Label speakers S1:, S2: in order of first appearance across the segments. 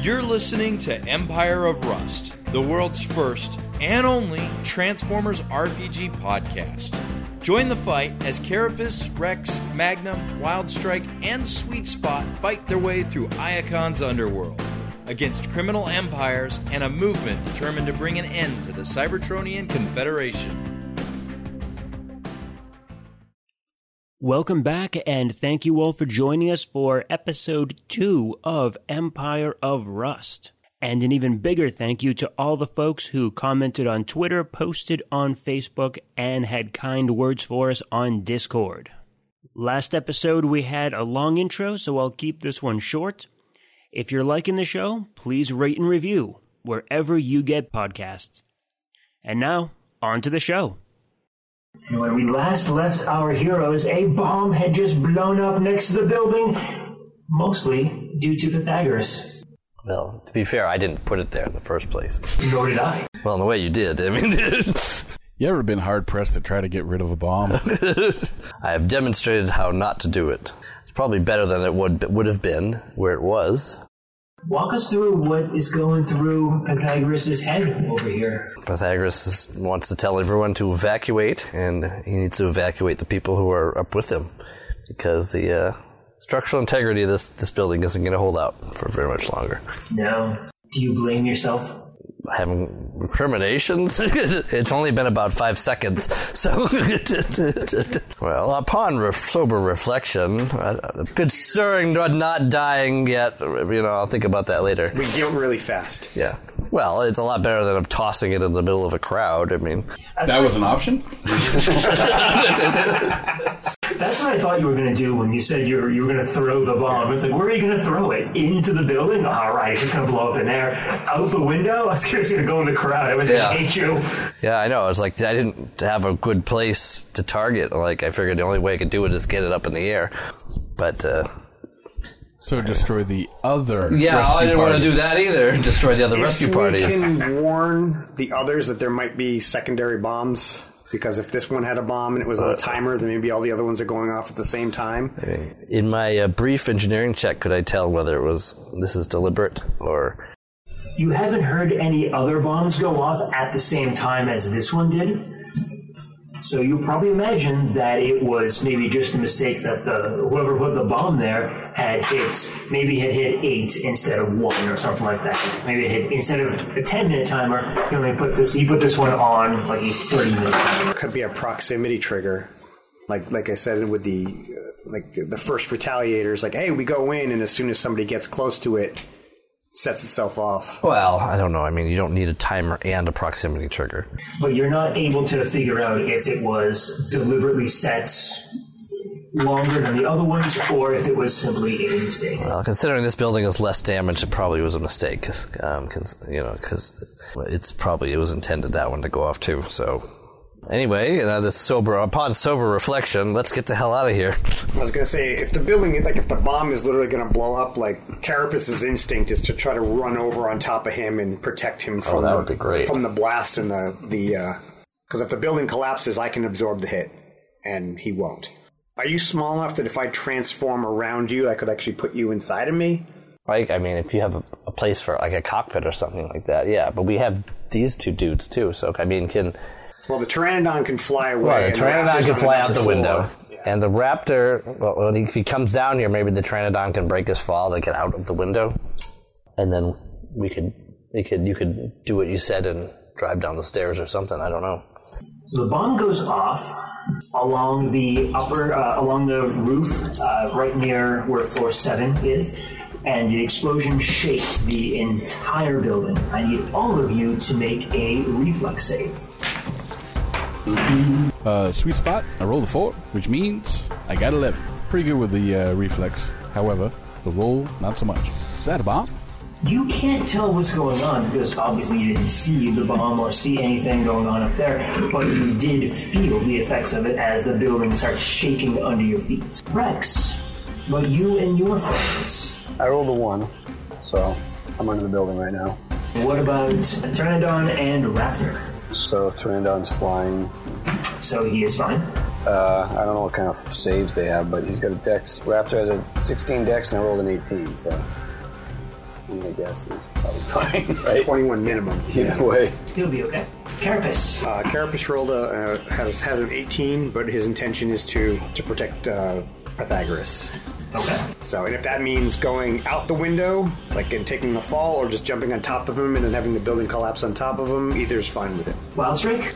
S1: You're listening to Empire of Rust, the world's first and only Transformers RPG podcast. Join the fight as Carapace, Rex, Magnum, Wildstrike, and Sweet Spot fight their way through Iacon's underworld against criminal empires and a movement determined to bring an end to the Cybertronian Confederation.
S2: Welcome back, and thank you all for joining us for episode two of Empire of Rust. And an even bigger thank you to all the folks who commented on Twitter, posted on Facebook, and had kind words for us on Discord. Last episode, we had a long intro, so I'll keep this one short. If you're liking the show, please rate and review wherever you get podcasts. And now, on to the show.
S3: And when we last left our heroes, a bomb had just blown up next to the building, mostly due to Pythagoras.
S4: Well, to be fair, I didn't put it there in the first place.
S3: Nor did I.
S4: Well, in a way, you did. I mean,
S5: You ever been hard pressed to try to get rid of a bomb?
S4: I have demonstrated how not to do it. It's probably better than it would would have been where it was.
S3: Walk us through what is going through Pythagoras' head over here.
S4: Pythagoras is- wants to tell everyone to evacuate, and he needs to evacuate the people who are up with him because the uh, structural integrity of this this building isn't going to hold out for very much longer.
S3: Now, do you blame yourself?
S4: Having recriminations? it's only been about five seconds. So, well, upon ref sober reflection, I, I- considering not dying yet, you know, I'll think about that later.
S6: We get really fast.
S4: Yeah. Well, it's a lot better than of tossing it in the middle of a crowd. I mean,
S5: that was an option?
S3: That's what I thought you were going to do when you said you were, you were going to throw the bomb. It's like, where are you going to throw it? Into the building? All right, it's just going to blow up in there. Out the window? I was just going to go in the crowd. I was going
S4: Yeah.
S3: to hate you.
S4: yeah, I know. It's like I didn't have a good place to target. Like I figured the only way I could do it is get it up in the air. But uh,
S5: So destroy the other.
S4: yeah,
S5: rescue
S4: I didn't want to
S5: party.
S4: do that either. Destroy the other rescue
S6: if
S4: parties.
S6: We can warn the others that there might be secondary bombs because if this one had a bomb and it was on a timer, then maybe all the other ones are going off at the same time.
S4: In my uh, brief engineering check, could I tell whether it was this is deliberate or?
S3: You haven't heard any other bombs go off at the same time as this one did. So you probably imagine that it was maybe just a mistake that the whoever put the bomb there had hit maybe had hit eight instead of one or something like that. Maybe it hit instead of a ten minute timer, you only put this you put this one on like a thirty minute timer.
S6: Could be a proximity trigger, like like I said with the uh, like the first retaliators. Like, hey, we go in, and as soon as somebody gets close to it, sets itself off.
S4: Well, I don't know. I mean, you don't need a timer and a proximity trigger.
S3: But you're not able to figure out if it was deliberately set longer than the other ones or if it was simply a mistake.
S4: Well, considering this building is less damaged, it probably was a mistake. Cause, um, 'cause, you know, 'cause it's probably it was intended that one to go off too. So, anyway, you know, this sober upon sober reflection, let's get the hell out of here.
S6: I was gonna say if the building, like if the bomb is literally gonna blow up, like Carapace's instinct is to try to run over on top of him and protect him from
S4: Oh, that
S6: the,
S4: would be great.
S6: from the blast and the the because if the building collapses, I can absorb the hit, and he won't. Are you small enough that if I transform around you, I could actually put you inside of me?
S4: Like, I mean, if you have a, a place for like a cockpit or something like that, yeah. But we have these two dudes too. So, I mean, can
S6: Well, the Pteranodon can fly away.
S4: well, the
S6: and
S4: pteranodon
S6: raptor's
S4: can
S6: on
S4: fly out the
S6: floor.
S4: window. And the raptor, well, when he, if he comes down here, maybe the pteranodon can break his fall to get out of the window, and then we could, we could, you could do what you said and drive down the stairs or something. I don't know.
S3: So the bomb goes off along the upper, uh, along the roof, uh, right near where floor seven is, and the explosion shakes the entire building. I need all of you to make a reflex save.
S5: Uh, sweet spot, I rolled a 4, which means I got 11. Pretty good with the uh, reflex. However, the roll, not so much. Is that a bomb?
S3: You can't tell what's going on because obviously you didn't see the bomb or see anything going on up there, but you did feel the effects of it as the building starts shaking under your feet. Rex, but you and your friends.
S7: I rolled a one, so I'm under the building right now.
S3: What about Pteranodon and Raptor?
S7: So Pteranodon's flying.
S3: so he is fine.
S7: Uh, I don't know what kind of saves they have, but he's got a dex. Raptor has a 16 dex, and I rolled an 18, so I'm gonna guess is probably fine, right?
S6: 21 minimum.
S7: Either way.
S3: You'll be okay. Carapace.
S6: Uh, Carapace rolled a, uh, has, has an 18, but his intention is to to protect uh, Pythagoras.
S3: Okay.
S6: So, and if that means going out the window, like and taking the fall, or just jumping on top of him and then having the building collapse on top of him, either is fine with it.
S3: Wild Streak.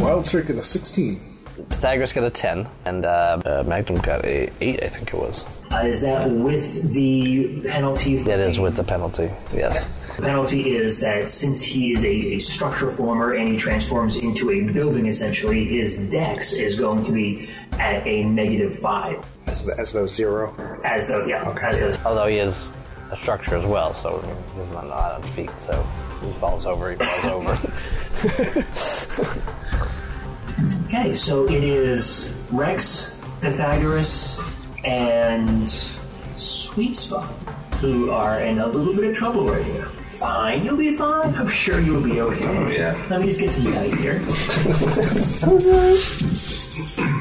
S8: Wild streak in a 16.
S4: Pythagoras got a 10, and uh, uh, Magnum got a 8, I think it was.
S3: Uh, is that with the penalty? for-
S4: It is with the penalty, yes.
S3: The penalty is that since he is a, a structure former and he transforms into a building, essentially, his dex is going to be at a negative five.
S6: As, the, as though zero.
S3: As though, yeah, as though.
S4: Although he is a structure as well, so he's not not on feet, so he falls over, he falls over.
S3: Okay, so it is Rex, Pythagoras, and Sweet Spot who are in a little bit of trouble right here. Fine, you'll be fine. I'm sure you'll be okay.
S8: yeah.
S3: Let me just get some guys here.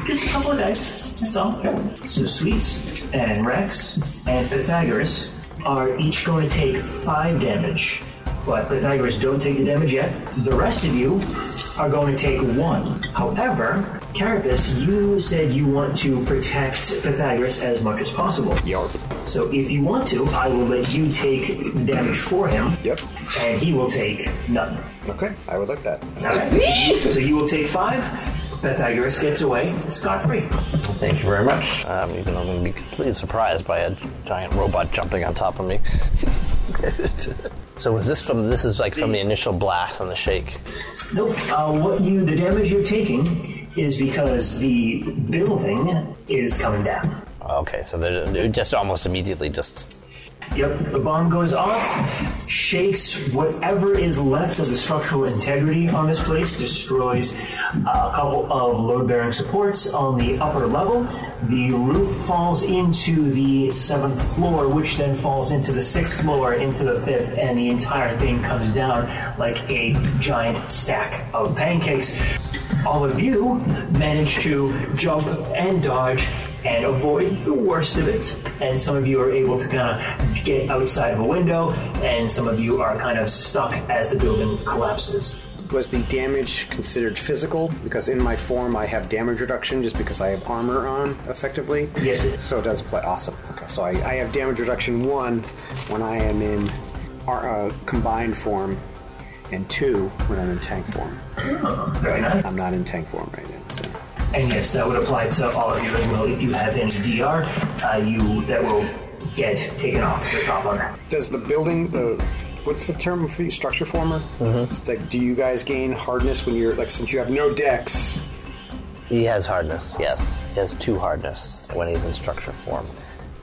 S3: Just a couple of dice. That's all. So Sweets and Rex and Pythagoras are each going to take five damage. But Pythagoras don't take the damage yet. The rest of you are going to take one. However, Carapace, you said you want to protect Pythagoras as much as possible.
S6: Yarp.
S3: So if you want to, I will let you take the damage for him,
S6: Yep.
S3: and he will take none.
S6: Okay, I would like that.
S3: All right. So you- So you will take five. Pythagoras gets away scot free.
S4: Thank you very much. Um, even though I'm going to be completely surprised by a giant robot jumping on top of me. so was this from? This is like from the initial blast and the shake.
S3: Nope. Uh, what you the damage you're taking is because the building is coming down.
S4: Okay, so they're they're just almost immediately just.
S3: Yep. The bomb goes off, shakes whatever is left of the structural integrity on this place, destroys uh, a couple of load-bearing supports on the upper level. The roof falls into the seventh floor, which then falls into the sixth floor, into the fifth, and the entire thing comes down like a giant stack of pancakes all of you managed to jump and dodge and avoid the worst of it. And some of you are able to kind of get outside of a window, and some of you are kind of stuck as the building collapses.
S6: Was the damage considered physical? Because in my form, I have damage reduction just because I have armor on, effectively.
S3: Yes, it-
S6: So it does apply. Awesome. Okay, so I, I have damage reduction one when I am in ar- uh, combined form, and two when I'm in tank form.
S3: Very nice.
S6: I'm not in tank form right now. So.
S3: And yes, that would apply to all of you as well. If you have any DR, uh, you that will get taken off the top on that.
S6: Does the building the what's the term for you structure former?
S3: Mm-hmm.
S6: It's Like, do you guys gain hardness when you're like since you have no decks?
S4: He has hardness. Yes, he has two hardness when he's in structure form,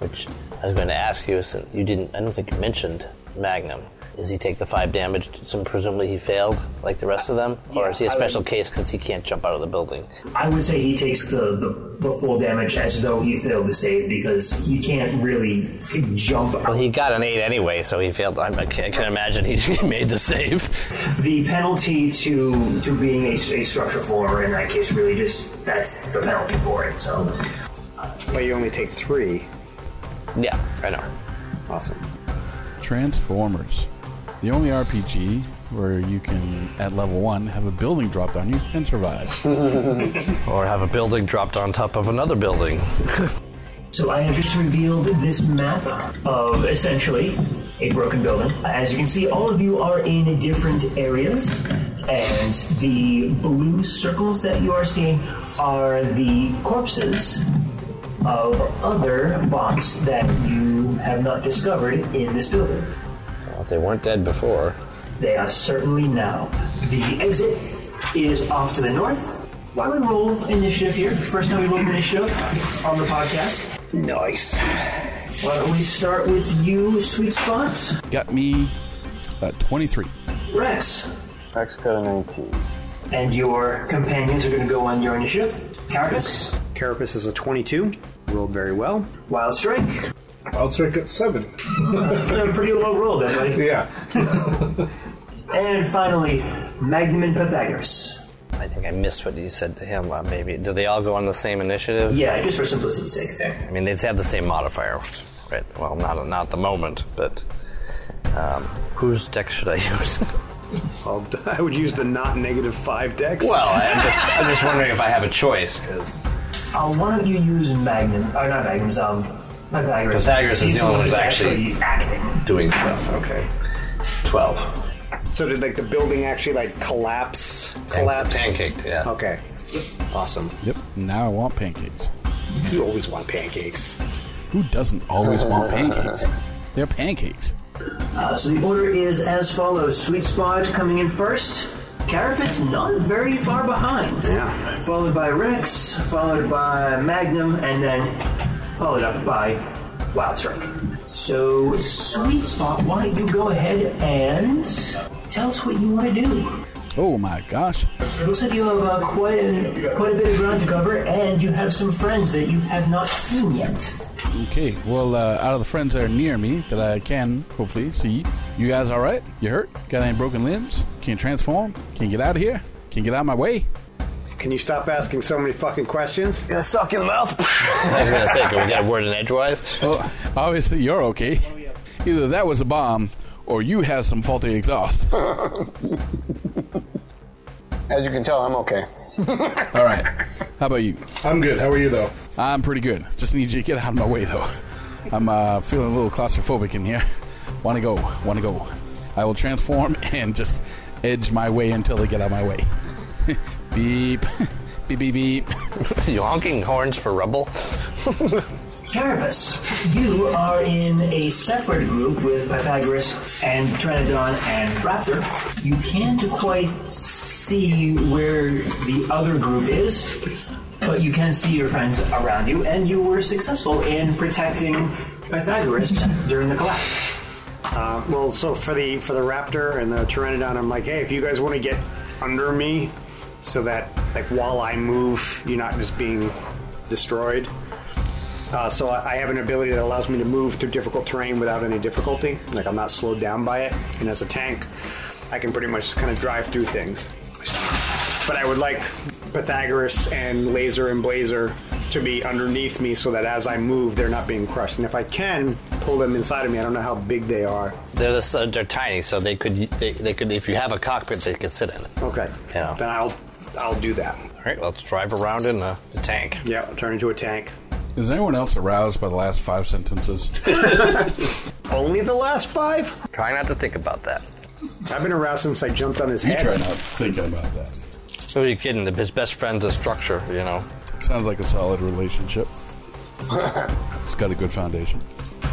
S4: which I was going to ask you since you didn't. I don't think you mentioned Magnum. Does he take the five damage? So presumably he failed, like the rest of them, or is he a
S3: Yeah, I would-
S4: special case because he can't jump out of the building?
S3: I would say he takes the, the, the full damage as though he failed to save because he can't really jump out.
S4: Well, he got an eight anyway, so he failed. I'm, I can I can imagine he made the save.
S3: The penalty to to being a, a structure former in that case really just that's the penalty for it. So
S6: But you only take three.
S4: Yeah, I know.
S6: Awesome.
S5: Transformers. The only RPG where you can, at level one, have a building dropped on you and survive.
S4: Or have a building dropped on top of another building.
S3: so I have just revealed this map of essentially a broken building. As you can see, all of you are in different areas, and the blue circles that you are seeing are the corpses of other bots that you have not discovered in this building.
S4: Well, they weren't dead before.
S3: They are certainly now. The exit is off to the north. Why would we roll initiative here? First time we rolled initiative on the podcast.
S6: Nice.
S3: Why don't we start with you, Sweet Spot?
S5: Got me uh, 23.
S3: Rex.
S7: Rex got a 19.
S3: And your companions are going to go on your initiative. Carapace,
S6: Carapace is a 22. Rolled very well.
S3: Wild Strike.
S8: Wild streak at 7.
S3: That's a pretty low roll there, buddy.
S8: Yeah.
S3: And finally, Magnum and Pythagoras.
S4: I think I missed what you said to him. Uh, maybe do they all go on the same initiative?
S3: Yeah, just for simplicity's sake there.
S4: I mean, they have the same modifier, right? Well, not not at the moment, but Um, whose deck should I use?
S6: I'll, I would use the not negative five decks.
S4: well, I'm just, I'm just wondering if I have a choice because
S3: Uh, why don't you use Magnum? Or not Magnum's, um, Pythagoras.
S4: Pythagoras is
S3: He's
S4: the only one
S3: who's
S4: who's actually-
S3: acting.
S4: doing stuff. Okay, twelve.
S6: So did like the building actually like collapse? Collapse.
S4: Pancaked. Yeah.
S6: Okay. Awesome.
S5: Yep. Now I want pancakes.
S6: You always want pancakes.
S5: Who doesn't always want pancakes? They're pancakes.
S3: Uh, so the order is as follows Sweet Spot coming in first. Carapace not very far behind.
S6: Yeah.
S3: Followed by Rex, followed by Magnum, and then followed up by Wildstrike. So, Sweet Spot, why don't you go ahead and tell us what you want to do?
S5: Oh my gosh.
S3: It looks like you have uh, quite, a, quite a bit of ground to cover, and you have some friends that you have not seen yet.
S5: Okay. Well, uh, out of the friends that are near me that I can hopefully see, you guys all right? You hurt? Got any broken limbs? Can you transform? Can you get out of here? Can you get out of my way?
S6: Can you stop asking so many fucking questions?
S4: Gonna suck in the mouth. I was gonna say, can we get a word in edgewise?
S5: Well, obviously you're okay. Either that was a bomb, or you have some faulty exhaust. All
S7: As you can tell, I'm okay.
S5: right. How about you?
S8: I'm good. How are you, though?
S5: I'm pretty good. Just need you to get out of my way, though. I'm uh, feeling a little claustrophobic in here. Want to go? Want to go? I will transform and just edge my way until they get out of my way. beep, beep, beep, beep.
S4: you honking horns for rubble?
S3: Carapace, you are in a separate group with Pythagoras and Trinodon and Raptor. You can't quite see where the other group is, but you can see your friends around you, and you were successful in protecting Pythagoras during the collapse.
S6: Uh, well, so for the for the raptor and the pteranodon, I'm like, hey, if you guys want to get under me, so that like while I move, you're not just being destroyed. Uh, so I, I have an ability that allows me to move through difficult terrain without any difficulty. Like I'm not slowed down by it, and as a tank, I can pretty much kind of drive through things. But I would like Pythagoras and Laser and Blazer to be underneath me so that as I move, they're not being crushed. And if I can pull them inside of me, I don't know how big they are.
S4: They're just, uh, they're tiny, so they could they, they could if you have a cockpit, they could sit in it.
S6: Okay.
S4: Yeah.
S6: Then I'll I'll do that.
S4: All right, let's drive around in the, the tank.
S6: Yeah, I'll turn into a tank.
S5: Is anyone else aroused by the last five sentences?
S6: Only the last five?
S4: Try not to think about that.
S6: I've been aroused since I jumped on his
S5: You
S6: head.
S5: try not thinking about that.
S4: Who are you kidding? His best friend's a structure, you know.
S5: Sounds like a solid relationship. it's got a good foundation.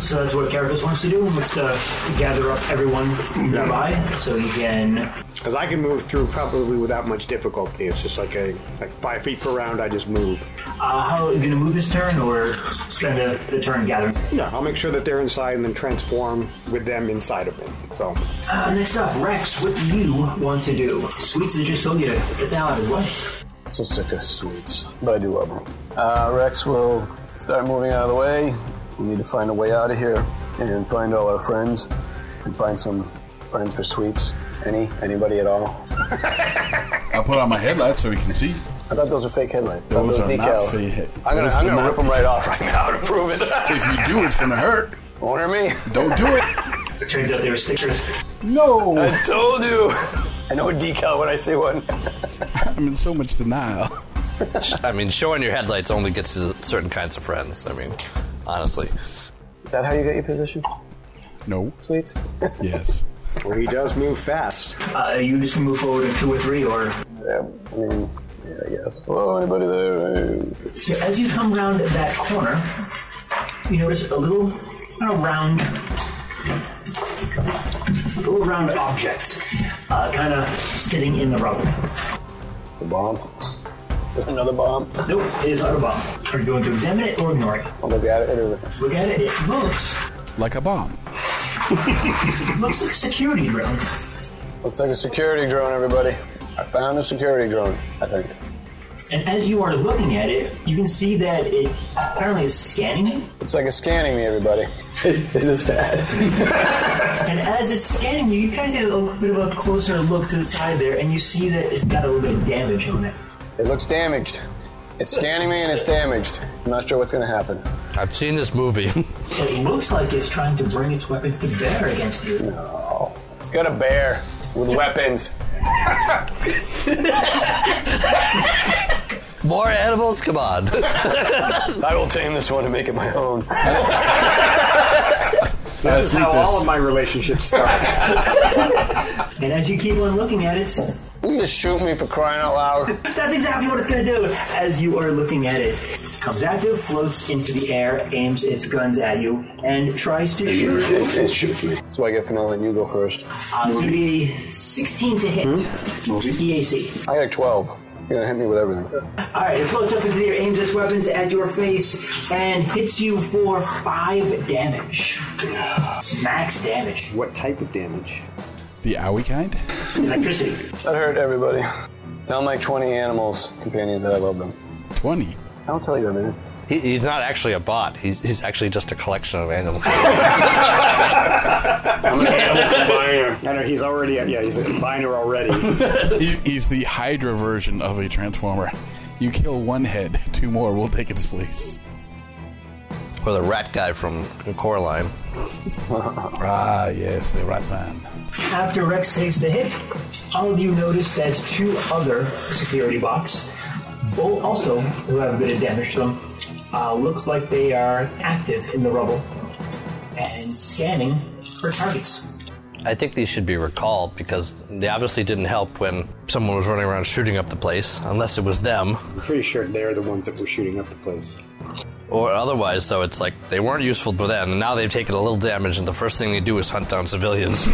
S3: So that's what Carapace wants to do, wants to gather up everyone nearby so he can
S6: Because I can move through probably without much difficulty. It's just like a like five feet per round. I just move.
S3: Uh, how are you going to move this turn or spend the, the turn gathering?
S6: Yeah, I'll make sure that they're inside and then transform with them inside of me. So
S3: Uh, next up, Rex, what do you want to do? Sweets is just told you to get the hell out of the way.
S7: So sick of sweets, but I do love them. Uh, Rex will start moving out of the way. We need to find a way out of here and find all our friends and find some friends for sweets. Any? Anybody at all?
S5: I'll put on my headlights so we can see.
S7: I thought those were fake headlights. I thought
S5: Those
S7: those,
S5: are not
S7: decals.
S5: fake head-
S7: I'm gonna,
S5: those
S7: I'm
S5: are
S7: gonna
S5: not
S7: rip them
S5: decals.
S7: right off right now to prove it.
S5: If you do, it's gonna hurt.
S7: Won't hurt me.
S5: Don't do it.
S3: Turns out they were stickers.
S5: No.
S7: I told you. I know a decal when I see one.
S5: I'm in so much denial.
S4: I mean, showing your headlights only gets you certain kinds of friends. I mean, honestly.
S7: Is that how you get your position?
S5: No.
S7: Sweets?
S5: Yes.
S6: well, he does move fast.
S3: Uh, you just move forward in two or three, or
S7: Yeah, I mean, yeah, I guess. Hello, anybody there?
S3: so as you come round that corner, you notice a little kind of round, a little round object, uh, kind of sitting in the rubble.
S7: The bomb. Is it another bomb?
S3: Nope, it is not a bomb. Are you going to examine it or ignore it?
S7: I'll look at it. Or...
S3: Look at it. It looks
S5: Like a bomb.
S3: Looks like security drone.
S7: Looks like a security drone, everybody. I found a security drone, I think.
S3: And as you are looking at it, you can see that it apparently is scanning it.
S7: Looks like it's scanning me, everybody. this is bad.
S3: And as it's scanning you, you kind of get a little bit of a closer look to the side there, and you see that it's got a little bit of damage on it.
S7: It looks damaged. It's scanning me and it's damaged. I'm not sure what's going to happen.
S4: I've seen this movie.
S3: It looks like it's trying to bring its weapons to bear against you.
S7: It's got a bear with weapons.
S4: More animals? Come on.
S7: I will tame this one and make it my own.
S5: I
S6: This is how
S5: think
S6: all of my relationships start.
S3: And as you keep on looking at it,
S7: You can just shoot me for crying out loud.
S3: that's exactly what it's going to do. As you are looking at it, it comes active, floats into the air, aims its guns at you, and tries to shoot you.
S7: It, it shoots me. That's why I get Penelope. You go first.
S3: Uh, it's going to be a 16 to hit.
S5: Hmm?
S3: E EAC.
S7: I got a 12. You're gonna hit me with everything.
S3: All right, it floats up into the air, aims its weapons at your face, and hits you for five damage. Max damage.
S6: what type of damage?
S5: The owie kind?
S3: Electricity.
S7: That hurt everybody. Sound like 20 animals, companions that I love them.
S5: 20.
S7: I'll tell you everything.
S4: He, he's not actually a bot. He, he's actually just a collection of animals.
S6: I'm an animal combiner. I know he's already. Yeah, he's a combiner already.
S5: He, he's the Hydra version of a Transformer. You kill one head, two more will take its place.
S4: or the rat guy from Coraline.
S5: Ah, yes, the Rat Man.
S3: After Rex takes the hit, all of you notice that two other security bots, both also who have a bit of damage to them, uh, looks like they are active in the rubble and scanning for targets.
S4: I think these should be recalled because they obviously didn't help when someone was running around shooting up the place, unless it was them.
S6: I'm pretty sure they're the ones that were shooting up the place.
S4: Or otherwise, though, it's like they weren't useful but then, and now they've taken a little damage, and the first thing they do is hunt down civilians.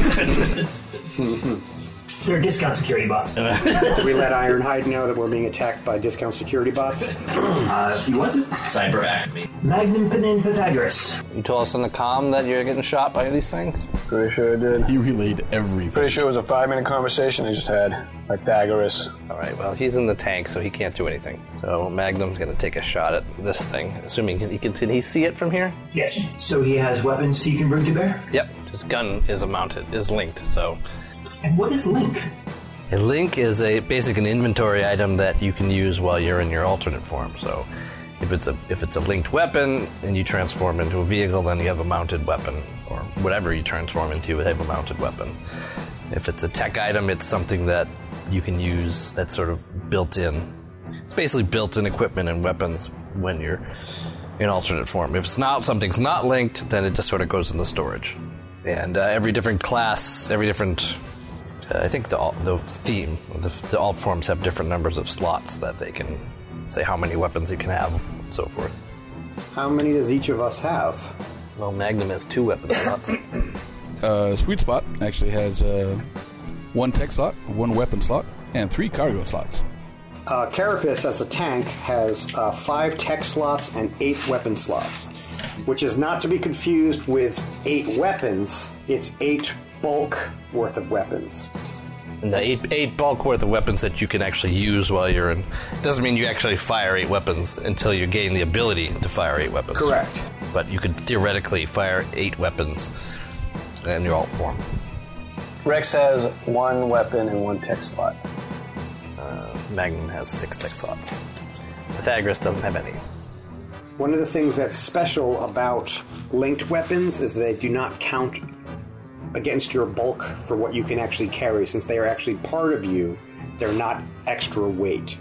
S3: They're discount security bots. Uh,
S6: We let Ironhide know that we're being attacked by discount security bots.
S3: if you want to,
S8: Cyber acme.
S3: Magnum Panin Pythagoras.
S4: you told us on the com that you're getting shot by these things?
S7: Pretty sure I did.
S5: He relayed everything.
S7: Pretty sure it was a five minute conversation I just had. Pythagoras.
S4: Alright, well, he's in the tank, so he can't do anything. So Magnum's gonna take a shot at this thing, assuming he can, can he see it from here?
S3: Yes. So he has weapons he can bring to bear.
S4: Yep, his gun is mounted, is linked, so
S3: And what is Link?
S4: A link is a basic an inventory item that you can use while you're in your alternate form. So if it's a if it's a linked weapon and you transform into a vehicle, then you have a mounted weapon or whatever you transform into, you have a mounted weapon. If it's a tech item, it's something that you can use that's sort of built in. It's basically built-in equipment and weapons when you're in alternate form. If it's not something's not linked, then it just sort of goes in the storage. And uh, every different class, every different uh, I think the al- the theme the, the alt forms have different numbers of slots that they can say how many weapons you can have, and so forth.
S6: How many does each of us have?
S4: Well, Magnum has two weapon slots.
S5: Uh, Sweet Spot actually has uh, one tech slot, one weapon slot, and three cargo slots.
S6: Uh, Carapace, as a tank, has uh, five tech slots and eight weapon slots, which is not to be confused with eight weapons. It's eight bulk worth of weapons.
S4: And the eight eight bulk worth of weapons that you can actually use while you're in doesn't mean you actually fire eight weapons until you gain the ability to fire eight weapons.
S6: Correct.
S4: But you could theoretically fire eight weapons in your alt form.
S7: Rex has one weapon and one tech slot.
S4: Uh, Magnum has six tech slots. Pythagoras doesn't have any.
S6: One of the things that's special about linked weapons is they do not count against your bulk for what you can actually carry, since they are actually part of you. They're not extra weight.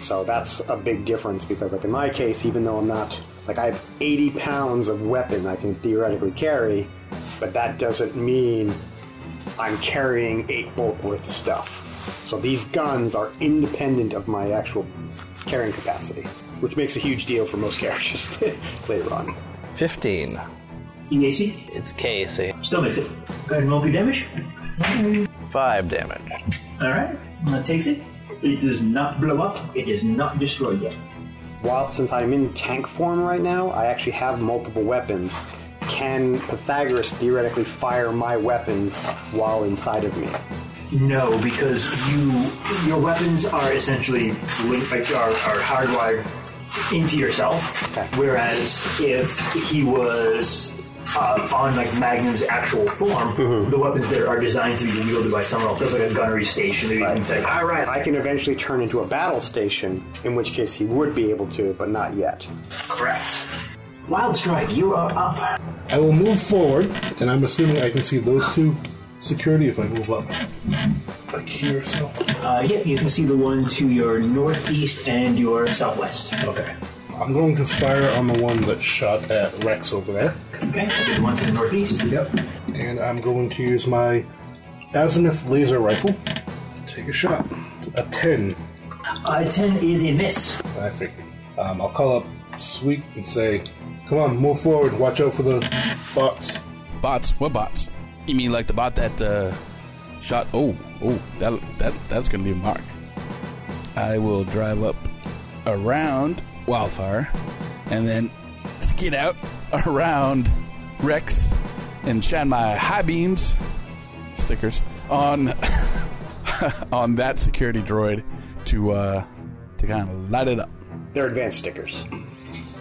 S6: So that's a big difference because, like in my case, even though I'm not like I have 80 pounds of weapon I can theoretically carry, but that doesn't mean I'm carrying eight bulk worth of stuff. So these guns are independent of my actual carrying capacity, which makes a huge deal for most characters later on.
S4: Fifteen.
S3: EAC.
S4: It's KC.
S3: E Still makes it. Go ahead and roll your damage.
S4: Five damage.
S3: All right. That takes it. It does not blow up. It is not destroyed yet.
S6: While since I'm in tank form right now, I actually have multiple weapons. Can Pythagoras theoretically fire my weapons while inside of me?
S3: No, because you your weapons are essentially linked, like, are, are hardwired into yourself. Whereas if he was uh, on like Magnum's actual form, the weapons that are designed to be wielded by someone else. There's like a gunnery station that you can say, "Ah, all right,
S6: I can eventually turn into a battle station, in which case he would be able to, but not yet.
S3: correct. Wild Strike, you are up.
S9: I will move forward, and I'm assuming I can see those two security if I move up. Like here or so.
S3: Uh, yeah, you can see the one to your northeast and your southwest.
S9: Okay. I'm going to fire on the one that shot at Rex over there.
S3: Okay, the one to the northeast.
S9: Yep. And I'm going to use my azimuth laser rifle. Take a shot. A 10,
S3: Uh, 10 is a miss.
S9: I figured. Um, I'll call up Sweet and say, come on, move forward, watch out for the bots.
S5: Bots? What bots? You mean like the bot that uh, shot? Oh, oh, that that that's gonna be a mark. I will drive up around Wildfire, and then skid out around Rex, and shine my high beams stickers on on that security droid to uh, to kind of light it up.
S6: They're advanced stickers,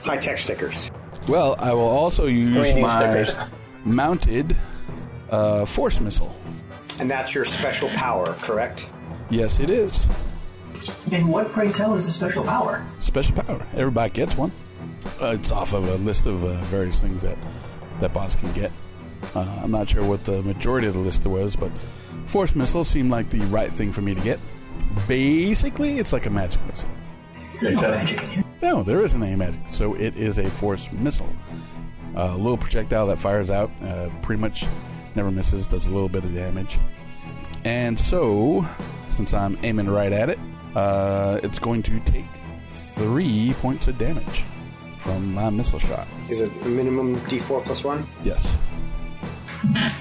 S6: high tech stickers.
S5: Well, I will also use
S7: 3D
S5: my
S7: stickers.
S5: mounted uh, force missile.
S6: And that's your special power, correct?
S5: Yes, it is.
S3: And what, pray tell, is a special power?
S5: Special power. Everybody gets one. Uh, it's off of a list of uh, various things that that bots can get. Uh, I'm not sure what the majority of the list was, but force missile seemed like the right thing for me to get. Basically, it's like a magic missile.
S3: There's no magic in here.
S5: No, there isn't any magic. So it is a force missile. Uh, a little projectile that fires out, uh, pretty much never misses, does a little bit of damage. And so, since I'm aiming right at it, uh, it's going to take three points of damage from my missile shot.
S6: Is it a minimum D4 plus one?
S5: Yes.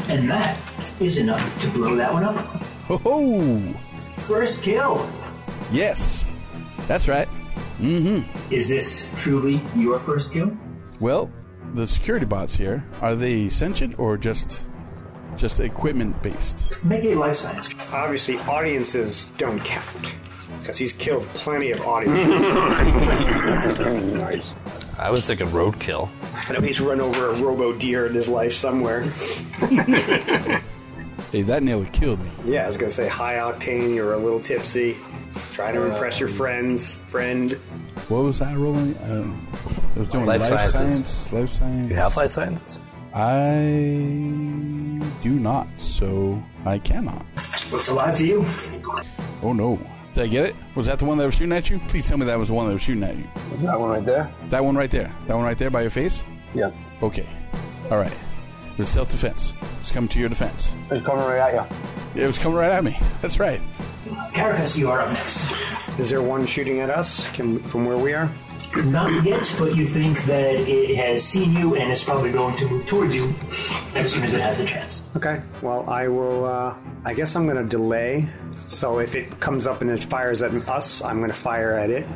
S3: And that is enough to blow that one up.
S5: Ho ho!
S3: First kill.
S5: Yes! That's right. Mm-hmm.
S3: Is this truly your first kill?
S5: Well, the security bots here, are they sentient or just just equipment based?
S3: Make a life science.
S6: Obviously, audiences don't count because he's killed plenty of audiences.
S7: Nice.
S4: I was thinking roadkill.
S6: I know he's run over a robo deer in his life somewhere.
S5: Hey, that nearly killed me.
S6: Yeah, I was gonna say high octane. You're a little tipsy, trying to impress your friends, friend.
S5: What was I rolling? I don't know. I was doing life,
S4: Life
S5: science.
S4: sciences.
S5: Life science.
S4: You have life sciences?
S5: I do not, so I cannot.
S3: Looks alive to you.
S5: Oh no. Did I get it? Was that the one that was shooting at you? Please tell me that was the one that was shooting at you.
S7: Is that one right there?
S5: That one right there. That one right there by your face?
S7: Yeah.
S5: Okay. Alright. It was self defense. It's coming to your defense.
S7: It's coming right at you.
S5: It was coming right at me. That's right.
S3: Caracas, you are up next.
S6: Is there one shooting at us can, from where we are?
S3: Not yet, but you think that it has seen you and is probably going to move towards you as soon as it has a chance.
S6: Okay. Well, I will. Uh, I guess I'm gonna delay. So if it comes up and it fires at us, I'm gonna fire at it.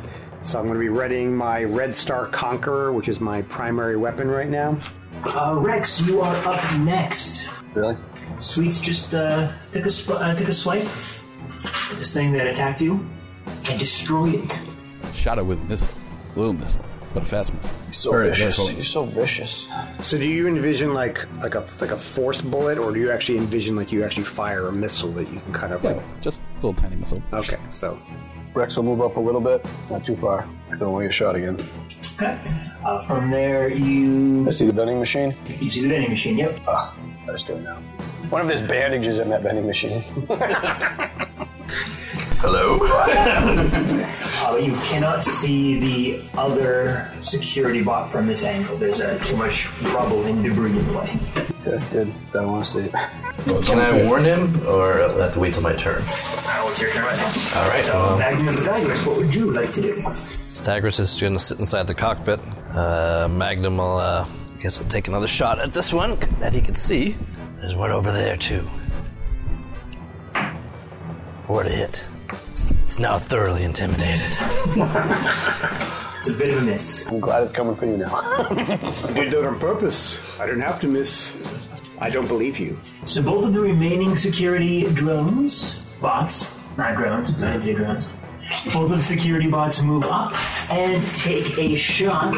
S6: So I'm gonna be readying my Red Star Conqueror, which is my primary weapon right now.
S3: Uh, Rex, you are up next.
S7: Really?
S3: Sweets just uh, took a sp- uh, took a swipe at this thing that attacked you and destroyed it.
S5: Shot it with a missile. Little missile. But a fast missile.
S7: So
S5: Very, very
S7: vicious.
S5: cool.
S7: You're so vicious.
S6: So do you envision like like a like a force bullet, or do you actually envision like you actually fire a missile that you can kind of like?
S5: Yeah, just a little tiny missile.
S6: Okay. So
S7: Rex will move up a little bit. Not too far. Don't want to get shot again.
S3: Okay. Uh, from there, you
S7: I see the vending machine.
S3: you see the vending machine. Yep.
S7: Ah, I just do it now. One of his bandages in that vending machine. Hello.
S3: Uh, but you cannot see the other security bot from this angle. There's uh, too much rubble and debris in the way.
S7: Good, good. Don't want to sleep.
S4: Can I warn him or I have to wait till my turn?
S3: Now it's your turn right now.
S4: All right. um,
S3: So, Magnum and Pythagoras, what would you like to do?
S4: Thagris is going to sit inside the cockpit. Uh, Magnum will, uh, I guess, will take another shot at this one that he can see. There's one over there, too. What a hit. It's now thoroughly intimidated.
S3: It's a bit of a miss.
S7: I'm glad it's coming for you now.
S6: I did that on purpose. I didn't have to miss. I don't believe you.
S3: So both of the remaining security drones, bots, not drones, I didn't say drones. Both of the security bots move up and take a shot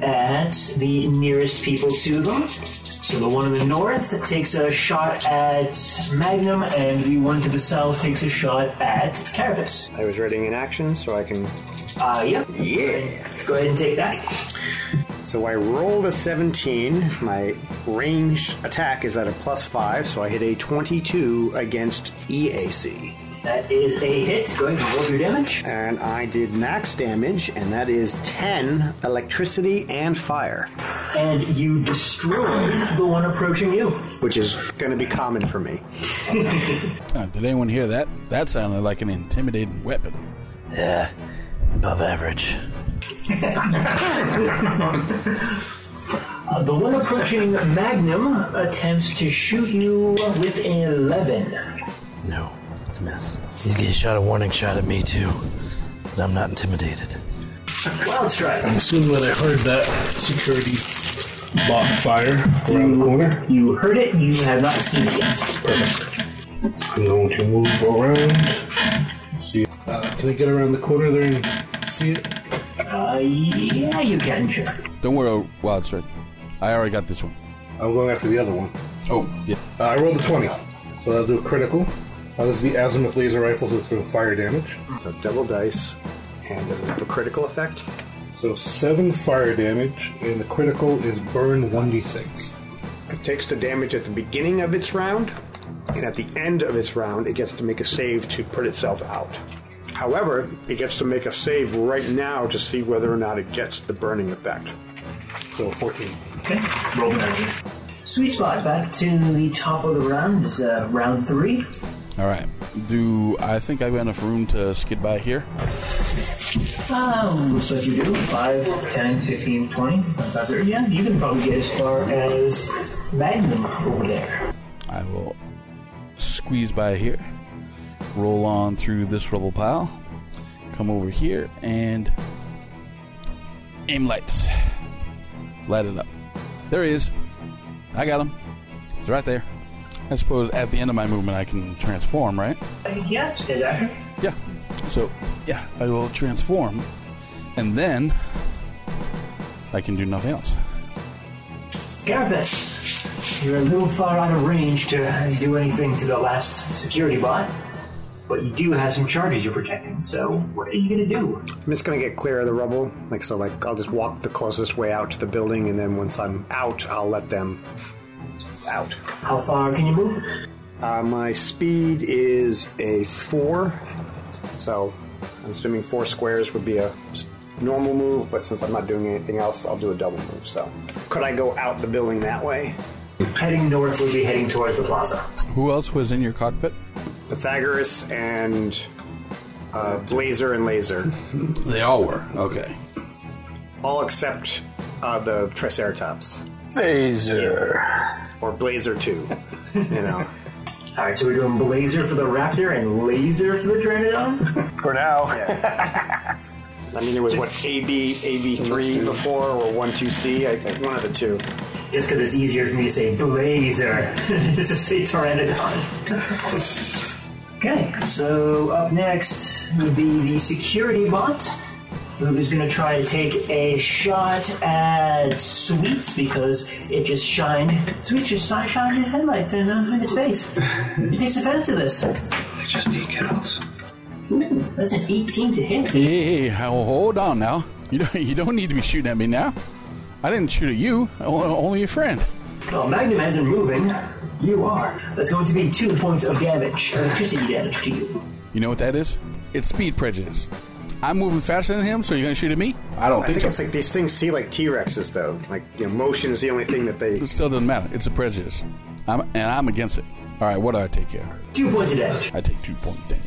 S3: at the nearest people to them. So the one in the north takes a shot at Magnum, and the one to the south takes a shot at Carapace.
S6: I was reading in action, so I can.
S3: Uh, yep.
S6: Yeah.
S3: Go ahead and take that.
S6: So I rolled a 17. My range attack is at a plus 5, so I hit a 22 against E EAC.
S3: That is a hit. Go ahead and roll your damage.
S6: And I did max damage, and that is 10 electricity and fire,
S3: And you destroy the one approaching you.
S6: which is going to be common for me.
S5: Uh, did anyone hear that? That sounded like an intimidating weapon.
S4: Yeah, above average.
S3: Uh, the one approaching Magnum attempts to shoot you with an 11.
S4: No, it's a mess. He's getting shot a warning shot at me too, but I'm not intimidated.
S3: Wild strike.
S8: I assume when I heard that security lock fire around the corner,
S3: You heard it, you have not seen it yet.
S8: I'm going to move around. See, uh, can I get around the corner there and see it?
S3: Uh, yeah, you can, sure.
S5: Don't worry, Wild Sword. I already got this one.
S9: I'm going after the other one.
S5: Oh, yeah.
S9: Uh, I rolled a 20, so that'll do a critical. Uh, this is the azimuth laser rifle, so it's doing fire damage.
S6: So double dice, and does it have a critical effect?
S9: So 7 fire damage, and the critical is burn 1d6.
S6: It takes the damage at the beginning of its round, and at the end of its round, it gets to make a save to put itself out. However, it gets to make a save right now to see whether or not it gets the burning effect.
S9: So 14.
S3: Okay, roll the damage. Sweet spot, back to the top of the round is uh, round three.
S5: All right. Do I think I've got enough room to skid by here?
S3: Um, looks like you do. 5, 10, 15, 20, 25, 30. Yeah, you can probably get as far as Magnum over there.
S5: I will squeeze by here, roll on through this rubble pile, come over here, and aim lights. Light it up. There he is. I got him. He's right there. I suppose at the end of my movement I can transform, right?
S3: Uh, yeah, stay there.
S5: Yeah. So, yeah, I will transform, and then I can do nothing else.
S3: Carapace, you're a little far out of range to do anything to the last security bot, but you do have some charges you're protecting, so what are you going to do?
S6: I'm just gonna get clear of the rubble, like so. Like I'll just walk the closest way out to the building, and then once I'm out, I'll let them out.
S3: How far can you move?
S6: Uh, my speed is a four, so I'm assuming four squares would be a s- normal move. But since I'm not doing anything else, I'll do a double move. So could I go out the building that way?
S3: Heading north would be heading towards the plaza.
S5: Who else was in your cockpit?
S6: Pythagoras and uh, Blazer and Laser,
S5: They all were. Okay.
S6: all except uh, the Triceratops
S7: Phaser.
S6: or Blazer Two. You know.
S3: All right, so we're doing Blazer for the Raptor and Laser for the Pteranodon?
S7: For now.
S6: I mean, it was what AB, AB3 before, or 1-2C, I think, one of the two.
S3: Just because it's easier for me to say Blazer is to say Pteranodon. okay, so up next would be the security bot, who is going to try to take a shot at Sweets because it just shined. Sweets just shi- shined his headlights in, uh, in his face. He takes offense to this.
S7: Just decals.
S3: Ooh, that's an 18 to hit.
S5: Hey, hey, hey, ho- hold on now. You don't, you don't need to be shooting at me now. I didn't shoot at you, o- only your friend.
S3: Well, Magnum isn't moving. You are. That's going to be two points of damage, electricity damage to you.
S5: You know what that is? It's speed prejudice. I'm moving faster than him, so you're going to shoot at me? I don't
S6: I
S5: think,
S6: think it's
S5: so.
S6: like these things see like T Rexes though. Like you know, motion is the only thing that they.
S5: It still doesn't matter. It's a prejudice. I'm, and I'm against it. All right, what do I take here?
S3: Two points of damage.
S5: I take two point damage.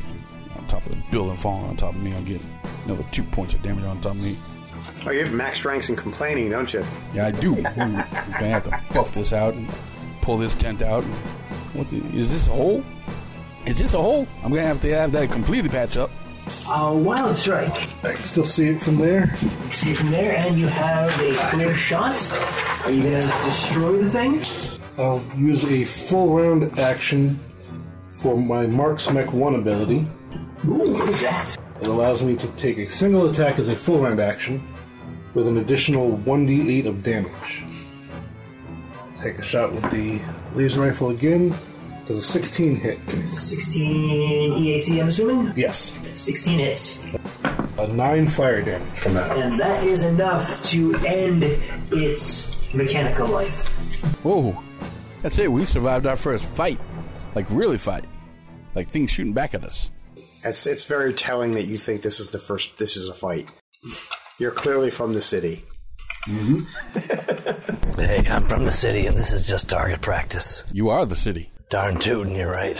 S5: On top of the building falling on top of me, I'm getting another two points of damage on top of me.
S6: Oh, you have max ranks in complaining, don't you?
S5: Yeah, I do. I'm going to have to buff this out and pull this tent out. What the, is this a hole? Is this a hole? I'm going to have to have that completely patched up.
S3: A wild strike.
S9: I can still see it from there.
S3: You see from there, and you have a clear shot. Are you going to destroy the thing?
S9: I'll use a full round action for my Marksmech 1 ability.
S3: Ooh, what is that?
S9: It allows me to take a single attack as a full round action with an additional 1d8 of damage. Take a shot with the laser rifle again. Does a 16 hit?
S3: 16 EAC, E I'm assuming?
S9: Yes.
S3: 16 hits.
S9: A 9 fire damage from that.
S3: And that is enough to end its mechanical life.
S5: Whoa. That's it. We survived our first fight. Like, really fight. Like, things shooting back at us.
S6: It's it's very telling that you think this is the first. This is a fight. You're clearly from the city.
S4: Mm-hmm. Hey, I'm from the city, and this is just target practice.
S5: You are the city.
S4: Darn tootin', you're right.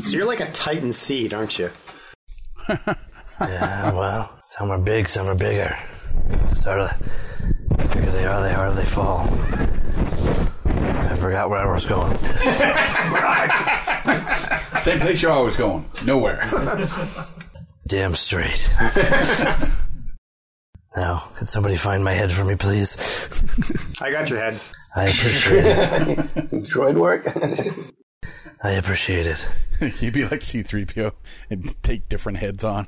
S6: So you're like a Titan seed, aren't you?
S4: Yeah, well, some are big, some are bigger. Sort of. Bigger they are, the harder they fall. I forgot where I was going with this.
S5: Same place you're always going. Nowhere.
S4: Damn straight. now, could somebody find my head for me, please?
S6: I got your head.
S4: I appreciate it.
S7: Droid work?
S4: I appreciate it.
S5: You'd be like C3PO and take different heads on.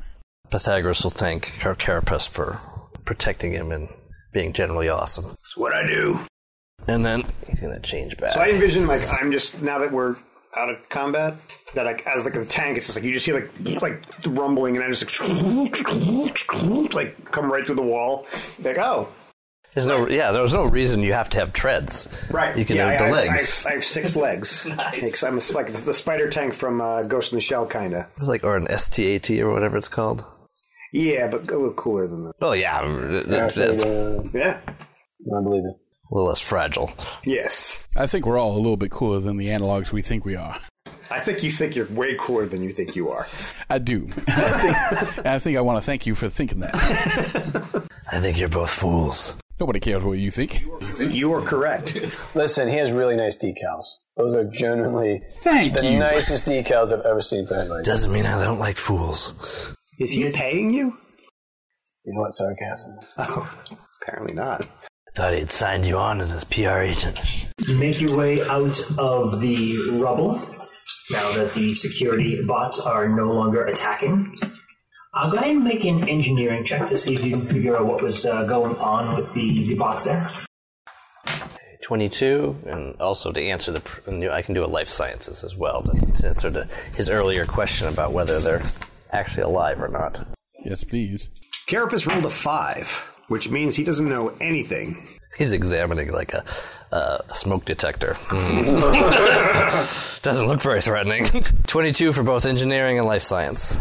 S4: Pythagoras will thank Car- Carapace for protecting him and being generally awesome.
S6: It's what I do.
S4: And then he's gonna change back.
S6: So I envision like I'm just now that we're out of combat that like as like a tank, it's just like you just hear like like the rumbling, and I just like, like come right through the wall. Like oh,
S4: There's no, yeah, there's no reason you have to have treads. You can
S6: yeah,
S4: have the
S6: I,
S4: legs.
S6: I, I, I have six legs. Like, I'm a, like the spider tank from uh, Ghost in the Shell, kind of.
S4: like or an STAT or whatever it's called.
S6: Yeah, but a little cooler than that.
S4: Oh yeah, it's,
S7: I
S4: it's a
S7: don't
S6: uh, Yeah.
S7: believe it.
S4: little less fragile.
S6: Yes.
S5: I think we're all a little bit cooler than the analogs we think we are.
S6: I think you think you're way cooler than you think you are.
S5: I do. I think, and I think I want to thank you for thinking that.
S4: I think you're both fools.
S5: Nobody cares what you think.
S6: You are correct.
S7: Listen, he has really nice decals. Those are genuinely
S5: Thank
S7: the
S5: you.
S7: nicest decals I've ever seen for anybody.
S4: Doesn't mean I don't like fools.
S6: Is he paying you?
S7: You know what sarcasm?
S6: Oh, apparently not.
S4: Thought he'd signed you on as his PR agent.
S3: You make your way out of the rubble now that the security bots are no longer attacking. I'll go ahead and make an engineering check to see if you can figure out what was uh, going on with the, the bots there.
S4: Twenty-two, and also to answer the, pr- and I can do a life sciences as well to, to answer to his earlier question about whether they're actually alive or not.
S5: Yes, please.
S6: Carapace rolled a five, which means he doesn't know anything.
S4: He's examining like a, a smoke detector. Hmm. Doesn't look very threatening. 22 for both engineering and life science.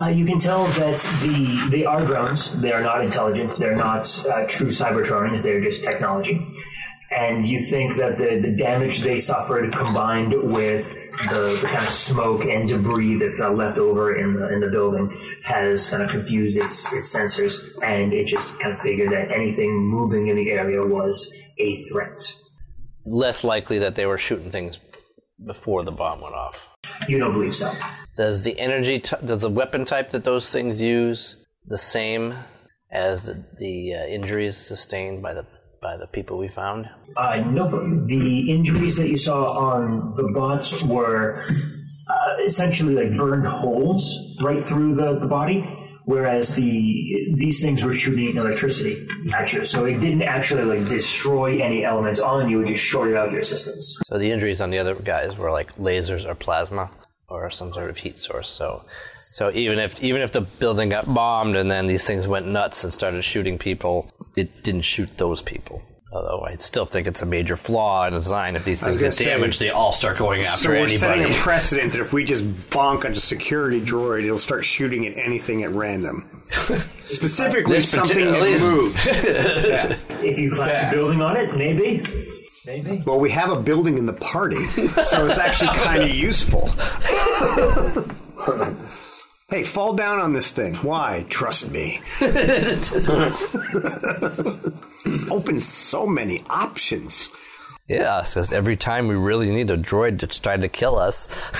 S3: Uh, you can tell that the they are drones. They are not intelligent. They're not uh, true Cybertronians. They're just technology. And you think that the, the damage they suffered combined with the, the kind of smoke and debris that's kind of left over in the, in the building has kind of confused its, its sensors, and it just kind of figured that anything moving in the area was a threat.
S4: Less likely that they were shooting things before the bomb went off.
S3: You don't believe so.
S4: Does the energy, t- does the weapon type that those things use the same as the, the uh, injuries sustained by the by the people we found?
S3: Uh, no, the injuries that you saw on the bots were uh, essentially like burned holes right through the, the body, whereas the these things were shooting electricity at you. So it didn't actually like destroy any elements on you; it just shorted out your systems.
S4: So the injuries on the other guys were like lasers or plasma or some sort of heat source. So, so even if even if the building got bombed and then these things went nuts and started shooting people, it didn't shoot those people. Although I still think it's a major flaw in design. If these
S6: was
S4: things
S6: gonna
S4: get
S6: say-
S4: damaged, they all start going after
S6: So we're setting
S4: anybody.
S6: a precedent that if we just bonk on a security droid, it'll start shooting at anything at random. Specifically,
S4: This parti-
S6: something
S4: at
S6: that
S4: least-
S6: moves. Yeah.
S3: If you collapse a building on it, maybe. Maybe.
S6: Well, we have a building in the party, so it's actually kind of useful. hey, fall down on this thing. Why? Trust me. This opens so many options.
S4: yeah, because every time we really need a droid that's trying to kill us,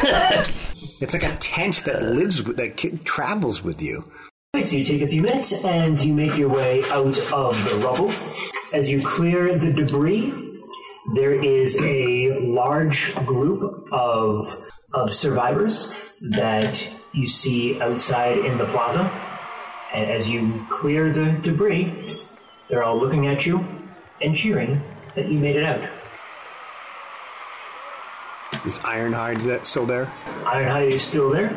S6: It's like a tent that lives with, that ki- travels with you.
S3: Uh, Right, so you take a few minutes and you make your way out of the rubble. As you clear the debris, there is a large group of, of survivors that you see outside in the plaza. And as you clear the debris, they're all looking at you and cheering that you made it out.
S6: Is Ironhide that still there?
S3: Ironhide is still there,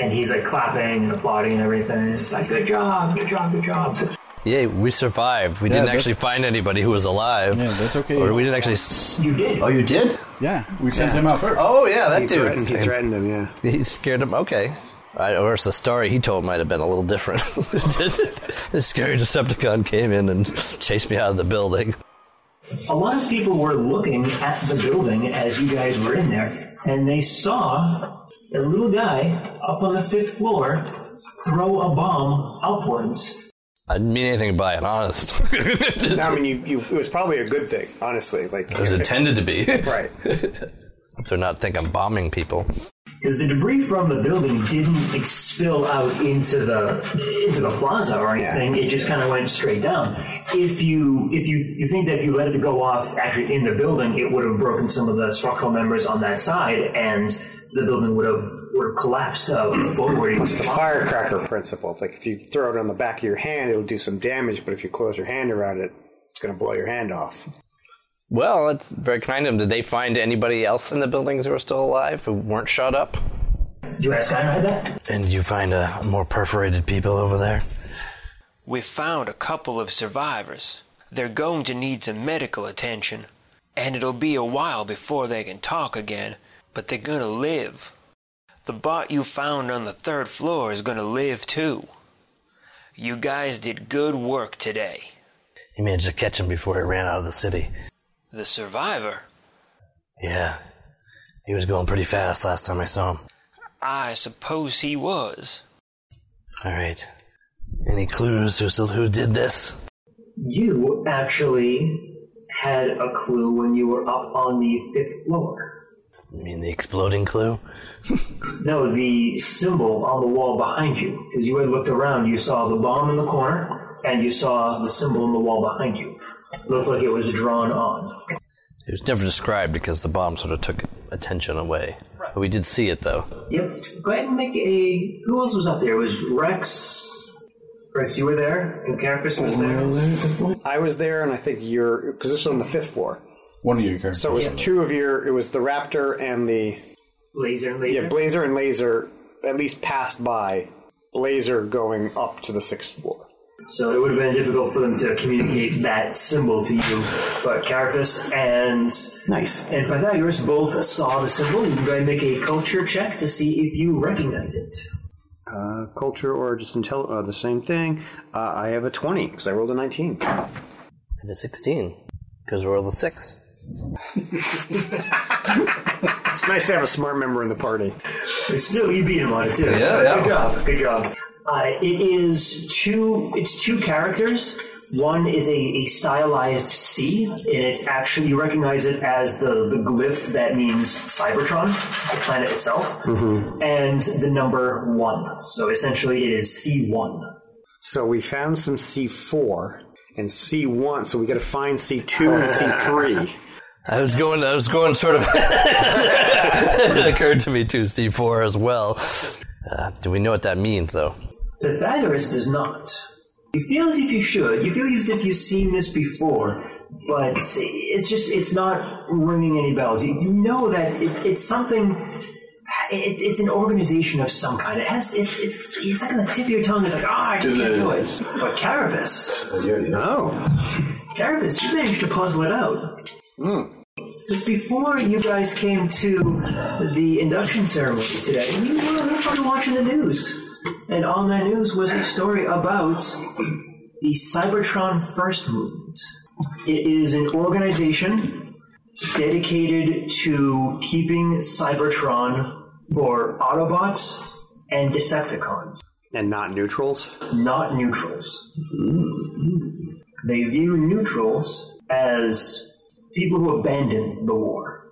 S3: and he's like clapping and applauding and everything. It's like, good job, good job, good job.
S4: Yay, we survived. We
S5: Yeah,
S4: didn't
S5: that's-
S4: actually find anybody who was alive.
S5: Yeah, that's okay.
S4: Or we didn't actually. s-
S3: You did.
S4: Oh, you did?
S5: Yeah, we sent him out first.
S4: Oh, yeah, that
S6: He
S4: dude.
S6: threatened, he threatened him, yeah.
S4: He scared him. Okay. I, or else the story he told might have been a little different. the scary Decepticon came in and chased me out of the building.
S3: A lot of people were looking at the building as you guys were in there, and they saw a little guy up on the fifth floor throw a bomb outwards.
S4: I didn't mean anything by it, honest. it
S6: No, I mean, you, you, it was probably a good thing, honestly. Like,
S4: was intended to be.
S6: right.
S4: Do not think I'm bombing people.
S3: Because the debris from the building didn't like, spill out into the into the plaza or anything; it just kind of went straight down. If you if you, you think that if you let it go off actually in the building, it would have broken some of the structural members on that side, and the building would have would have collapsed uh, forward.
S6: It's the firecracker principle. It's like, if you throw it on the back of your hand, it'll do some damage, but if you close your hand around it, it's going to blow your hand off.
S4: Well, that's very kind of them. Did they find anybody else in the buildings who were still alive who weren't shot up?
S3: Do you ask Ironhide that?
S4: And you find uh, more perforated people over there?
S2: We found a couple of survivors. They're going to need some medical attention, and it'll be a while before they can talk again, but they're gonna live. The bot you found on the third floor is gonna live too. You guys did good work today.
S4: You managed to catch him before he ran out of the city.
S2: The survivor?
S4: Yeah. He was going pretty fast last time I saw him.
S2: I suppose he was.
S4: All right. Any clues who still who did this?
S3: You actually had a clue when you were up on the fifth floor.
S4: You mean the exploding clue?
S3: No, the symbol on the wall behind you. Because you had looked around, you saw the bomb in the corner, and you saw the symbol on the wall behind you. Looked like it was drawn on.
S4: It was never described because the bomb sort of took attention away. But we did see it though.
S3: Yep. Go ahead and make a. Who else was up there? It was Rex. Rex, you were there, and Carapace was there.
S6: I was there, and I think you're, because this was on the fifth floor.
S5: One of you characters.
S6: So it was two of your, it was the Raptor and the,
S3: Laser and Laser.
S6: yeah, Blazer and Laser at least passed by. Blazer going up to the sixth floor.
S3: So it would have been difficult for them to communicate that symbol to you. But Carapace and
S6: Nice.
S3: and Pythagoras both saw the symbol. You can go ahead and make a culture check to see if you recognize it.
S6: Uh, culture or just intel uh, the same thing. Uh, I have a twenty because I rolled a nineteen.
S4: It was sixteen. Because we're all the six.
S6: It's nice to have a smart member in the party.
S3: It's still you beat him on it too.
S4: Yeah, yeah.
S3: Good job. Good job. Uh, it is two. It's two characters. One is a, a stylized C, and it's actually you recognize it as the, the glyph that means Cybertron, the planet itself,
S4: Mm-hmm.
S3: and the number one. So essentially, it is C one.
S6: So we found some C four and C one. So we got to find C two and C three.
S4: I was going I was going sort of It occurred to me too, C four as well. Uh, do we know what that means though?
S3: Pythagoras does not. You feel as if you should. You feel as if you've seen this before, but it's just it's not ringing any bells. You, you know that it, it's something. It, it's an organization of some kind. It has. It's it's, it's like on the tip of your tongue. It's like ah, I just can't do it. But Carapace,
S6: Oh,
S3: Carapace, you managed to puzzle it out. Because before you guys came to the induction ceremony today, you were probably watching the news. And on the news was a story about the Cybertron First Movement. It is an organization dedicated to keeping Cybertron for Autobots and Decepticons
S6: and not neutrals.
S3: not neutrals.
S4: Mm-hmm.
S3: They view neutrals as people who abandoned the war.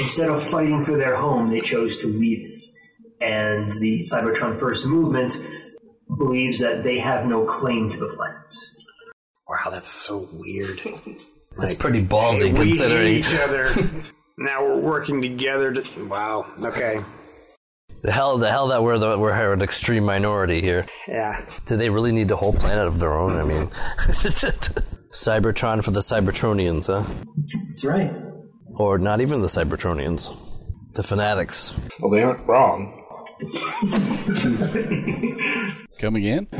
S3: Instead of fighting for their home, they chose to leave it. And the Cybertron First Movement believes that they have no claim to the planet.
S6: Wow, that's so weird.
S4: That's pretty ballsy
S6: we hate
S4: considering
S6: each other. now we're working together. To, wow. Okay.
S4: the hell the hell that we're the we're an extreme minority here.
S6: Yeah.
S4: Do they really need the whole planet of their own? I mean, Cybertron for the Cybertronians, huh?
S3: That's right.
S4: Or not even the Cybertronians. The fanatics.
S8: Well, they aren't wrong.
S5: Come again?
S3: I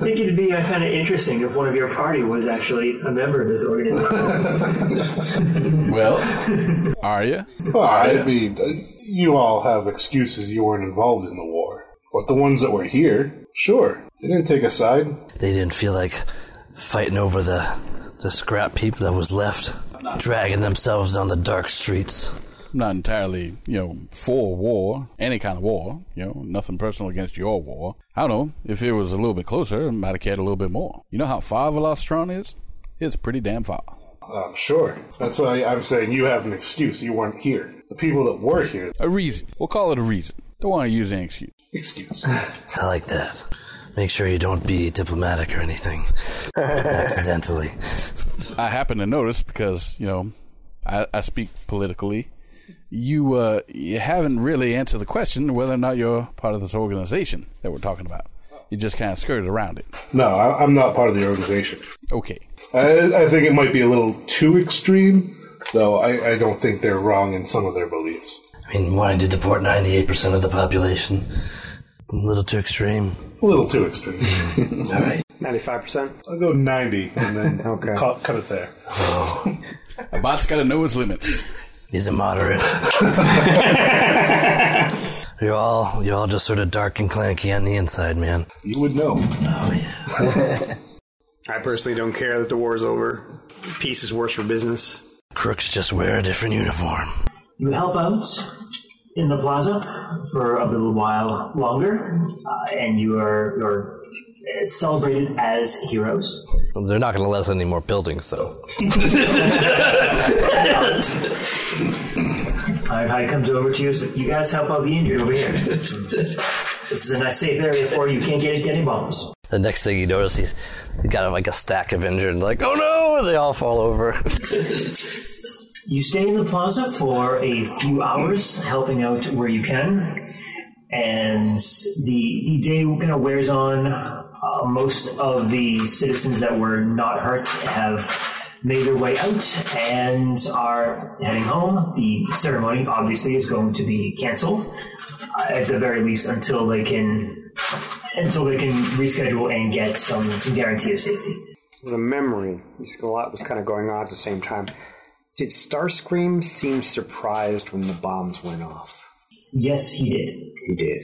S3: think it'd be uh, kind of interesting if one of your party was actually a member of this organization.
S5: Well, are you?
S8: Well, I mean, uh, you all have excuses you weren't involved in the war. But the ones that were here, sure, they didn't take a side.
S4: They didn't feel like fighting over the the scrap heap that was left, dragging themselves down the dark streets.
S5: I'm not entirely, you know, for war, any kind of war, you know, nothing personal against your war. I don't know, if it was a little bit closer, I might have cared a little bit more. You know how far Velostron is? It's pretty damn far.
S8: I'm Uh, sure. That's why I'm saying you have an excuse. You weren't here. The people that were here.
S5: A reason. We'll call it a reason. Don't want to use an excuse.
S8: Excuse.
S4: I like that. Make sure you don't be diplomatic or anything. accidentally.
S5: I happen to notice because, you know, I, I speak politically you uh, you haven't really answered the question whether or not you're part of this organization that we're talking about. You just kind of skirted around it.
S8: No, I, I'm not part of the organization.
S5: Okay.
S8: I, I think it might be a little too extreme, though I, I don't think they're wrong in some of their beliefs.
S4: I mean, wanting to deport 98% of the population. A little too extreme.
S8: A little too extreme.
S4: All right.
S6: 95%?
S8: I'll go 90 and then
S6: Okay.
S8: cut, cut it there.
S4: Oh.
S5: A bot's got to know its limits.
S4: He's immoderate. you're all you're all just sort of dark and clanky on the inside, man.
S8: You would know.
S6: I personally don't care that the war's over. Peace is worse for business.
S4: Crooks just wear a different uniform.
S3: you help out in the plaza for a little while longer, uh, and you are you're uh, celebrated as heroes.
S4: They're not going to let us in any more buildings, though.
S3: Ironhide comes over to you. So you guys help out the injured over here. this is a nice safe area for you. Can't get into any bombs.
S4: The next thing you notice, he's got like a stack of injured. Like, oh no! They all fall over.
S3: You stay in the plaza for a few hours, helping out where you can, and the, the day kind of wears on. Uh, most of the citizens that were not hurt have made their way out and are heading home. The ceremony obviously is going to be canceled, uh, at the very least, until they can until they can reschedule and get some, some guarantee of safety.
S6: It was a memory. A lot was kind of going on at the same time. Did Starscream seem surprised when the bombs went off?
S3: Yes, he did.
S6: He did.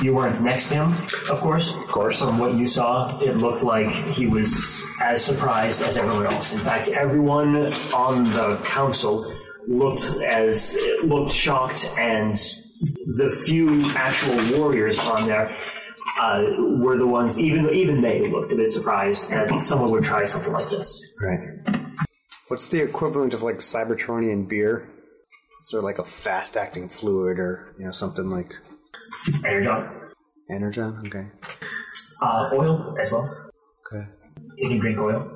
S3: You weren't next to him, of course. Of course. From what you saw, it looked like he was as surprised as everyone else. In fact, everyone on the council looked as looked shocked, and the few actual warriors on there uh, were the ones. Even even they looked a bit surprised that someone would try something like this.
S6: Right. What's the equivalent of like Cybertronian beer? Is there like a fast acting fluid or you know something like
S3: Energon,
S6: Energon? Okay.
S3: uh, oil as well.
S6: Okay.
S3: You can drink oil.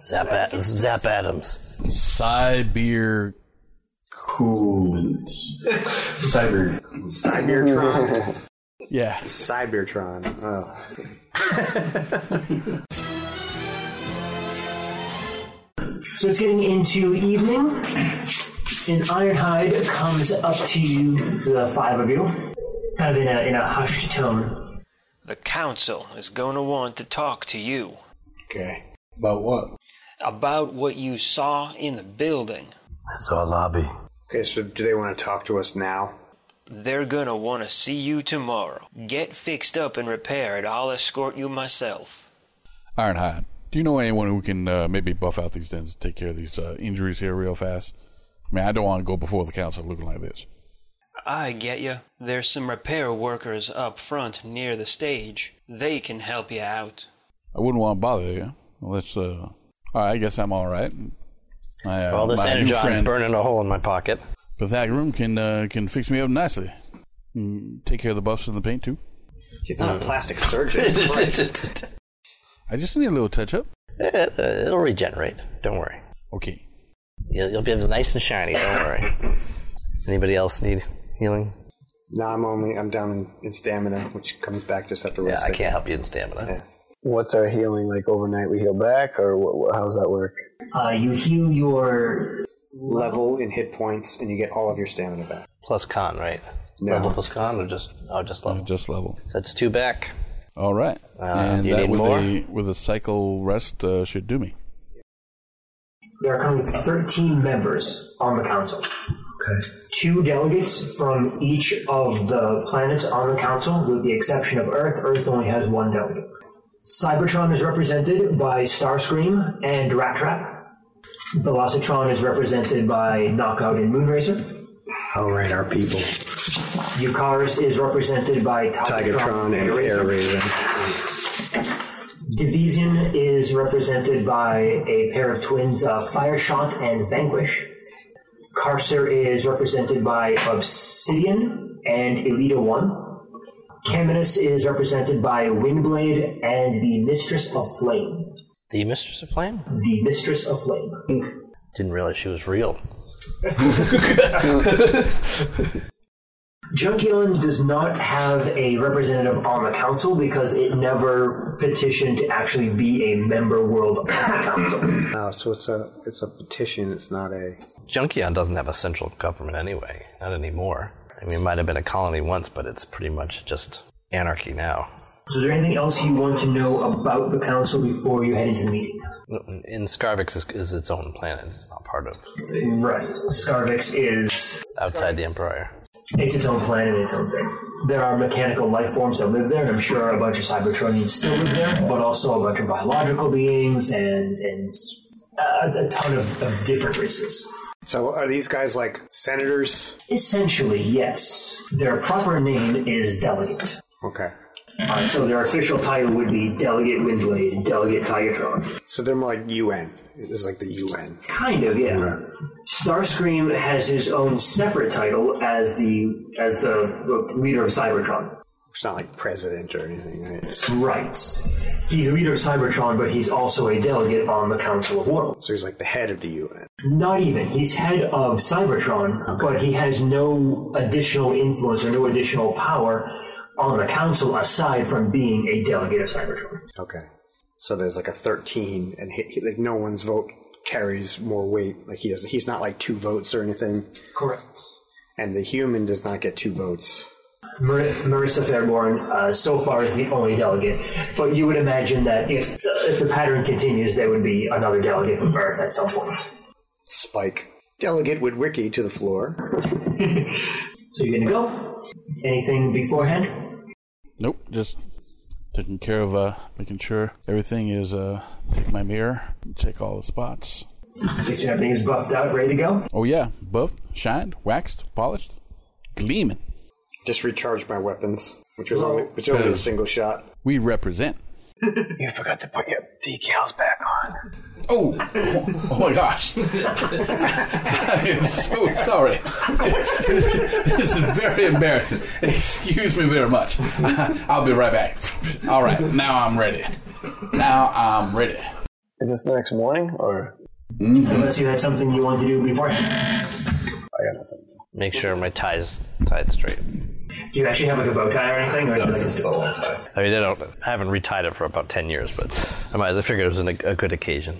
S4: Zap, at, Zap Adams.
S5: Cyber.
S10: Coolant. Cyber.
S6: Cybertron.
S5: Yeah.
S6: Cybertron. Oh.
S3: So it's getting into evening, and Ironhide comes up to you, the five of you, kind of in a, in a hushed tone.
S2: The council is going to want to talk to you
S6: Okay.
S8: About what?
S2: about what you saw in the building.
S4: I saw a lobby.
S6: Okay. So do they want to talk to us now?
S2: They're going to want to see you tomorrow. Get fixed up and repaired. I'll escort you myself.
S5: Ironhide. Do you know anyone who can uh, maybe buff out these dens and take care of these uh, injuries here real fast? I mean, I don't want to go before the council looking like this.
S2: I get you. There's some repair workers up front near the stage. They can help you out.
S5: I wouldn't want to bother you unless. Uh, all right, I guess I'm all right. My, uh,
S4: All this
S5: my new
S4: energon
S5: friend
S4: burning a hole in my pocket.
S5: Pythagorean can uh, can fix me up nicely. Mm, take care of the buffs and the paint too.
S6: He's not a plastic surgeon.
S5: I just need a little touch up.
S4: It'll regenerate. Don't worry.
S5: Okay.
S4: You'll, you'll be nice and shiny. Don't worry. Anybody else need healing?
S6: no, I'm only I'm down in stamina, which comes back just after
S4: Yeah, I
S6: resting.
S4: can't help you in stamina.
S6: Yeah.
S7: What's our healing like overnight? We heal back, or what, what, how does that work?
S3: Uh, you heal your
S6: Level in hit points, and you get all of your stamina back.
S4: plus con, right?
S5: Yeah.
S4: Level plus con, or just oh, just level.
S5: Just level.
S4: So it's two back.
S5: All right.
S4: Uh,
S5: and
S4: do you
S5: that
S4: need
S5: with
S4: more?
S5: a with a cycle rest uh, should do me.
S3: There are currently 13 members on the council. Okay. Two delegates from each of the planets on the council, with the exception of Earth. Earth only has one delegate. Cybertron is represented by Starscream and Rat Trap. Velocitron is represented by Knockout and Moonracer.
S6: All right, our people.
S3: Eucharis is represented by Tigatron,
S6: Tigatron and Air Raven.
S3: Division is represented by a pair of twins, uh, Fireshot and Vanquish. Carcer is represented by Obsidian and Elita One. Caminus is represented by Windblade and the Mistress of Flame.
S4: The Mistress of Flame?
S3: The Mistress of Flame.
S4: Didn't realize she was real.
S3: Junkion does not have a representative on the council because it never petitioned to actually be a member world of the council.
S6: Oh, so it's a it's a petition. It's not a.
S4: Junkion doesn't have a central government anyway, not anymore. I mean, it might have been a colony once, but it's pretty much just anarchy now.
S3: So is there anything else you want to know about the council before you head into the meeting?
S4: And Scarvix is, is its own planet; it's not part of
S3: Right. Scarvix is
S4: outside the Empire.
S3: it's its own planet, it's its own thing. There are mechanical life forms that live there, and I'm sure a bunch of Cybertronians still live there, but also a bunch of biological beings and and a, a ton of, of different races.
S6: So are these guys like senators?
S3: Essentially, yes. Their proper name is delegate.
S6: Okay.
S3: Uh, so their official title would be Delegate Windblade, Delegate Tigatron.
S6: So they're more like UN. It's like the UN.
S3: Kind of, yeah. Starscream has his own separate title as the as the, the leader of Cybertron.
S6: It's not like president or anything, right? It's-
S3: Right. He's the leader of Cybertron, but he's also a delegate on the Council of Worlds.
S6: So he's like the head of the UN.
S3: Not even. He's head of Cybertron, but he has no additional influence or no additional power on the Council aside from being a delegate of Cybertron.
S6: Okay. So there's like a 13, and he, he- like no one's vote carries more weight. Like he doesn't. He's not like two votes or anything.
S3: Correct.
S6: And the human does not get two votes.
S3: Mar- Marissa Fairborn, uh, so far, is the only delegate. But you would imagine that if if the pattern continues, there would be another delegate from Earth at some point.
S6: Spike. Delegate would wiki to the floor.
S3: So you're gonna go? Anything beforehand?
S5: Nope, just taking care of uh making sure everything is uh take my mirror, check all the spots.
S3: Guess everything is buffed out, ready to go.
S5: Oh yeah, buffed, shined, waxed, polished, gleaming.
S6: Just recharge my weapons, which was only which only a single shot.
S5: We represent.
S10: You forgot to put your decals back on.
S5: Oh, oh, my gosh! I am so sorry. This, this is very embarrassing. Excuse me very much. I'll be right back. All right, now I'm ready. Now I'm ready.
S7: Is this the next morning, or
S3: Unless you had something you wanted to do beforehand.
S4: Make sure my tie's tied straight.
S3: Do you actually have like a bow tie or anything? Or is it like just-
S4: I mean, I don't. I haven't retied it for about ten years, but I might. as- I figured it was an, a good occasion.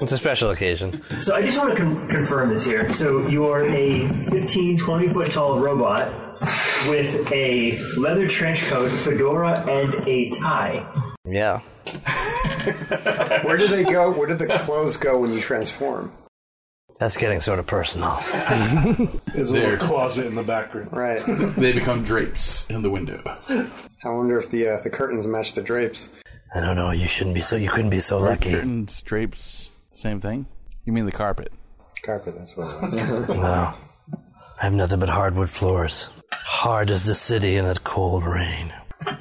S4: It's a special occasion.
S3: So I just want to con- confirm this here. So you are a 15, 20 foot tall robot with a leather trench coat, fedora, and a tie.
S4: Yeah.
S6: Where do they go? Where do the clothes go when you transform?
S4: That's getting sort of personal.
S8: There's a
S5: There.
S8: little closet in the background.
S6: Right.
S5: They become drapes in the window.
S6: I wonder if the uh, the curtains match the drapes.
S4: I don't know. You shouldn't be so. You couldn't be so
S5: Are
S4: lucky.
S5: Curtains, drapes, same thing. You mean the carpet?
S6: Carpet. That's what it was.
S4: Wow. I have nothing but hardwood floors. Hard as the city in that cold rain.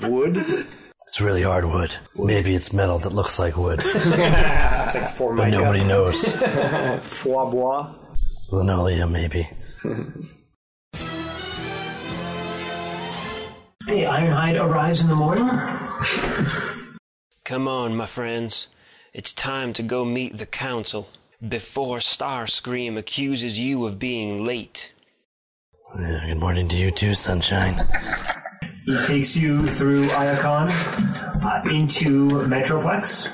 S6: Wood.
S4: It's really hard wood. Maybe it's metal that looks like wood,
S6: It's like for
S4: but
S6: my
S4: nobody knows.
S6: foie bois.
S4: Linoleum, maybe.
S3: Hey, Ironhide arrives in the morning.
S2: Come on, my friends. It's time to go meet the council before Starscream accuses you of being late.
S4: Yeah, Good morning to you too, sunshine.
S3: He takes you through Iacon, uh, into Metroplex,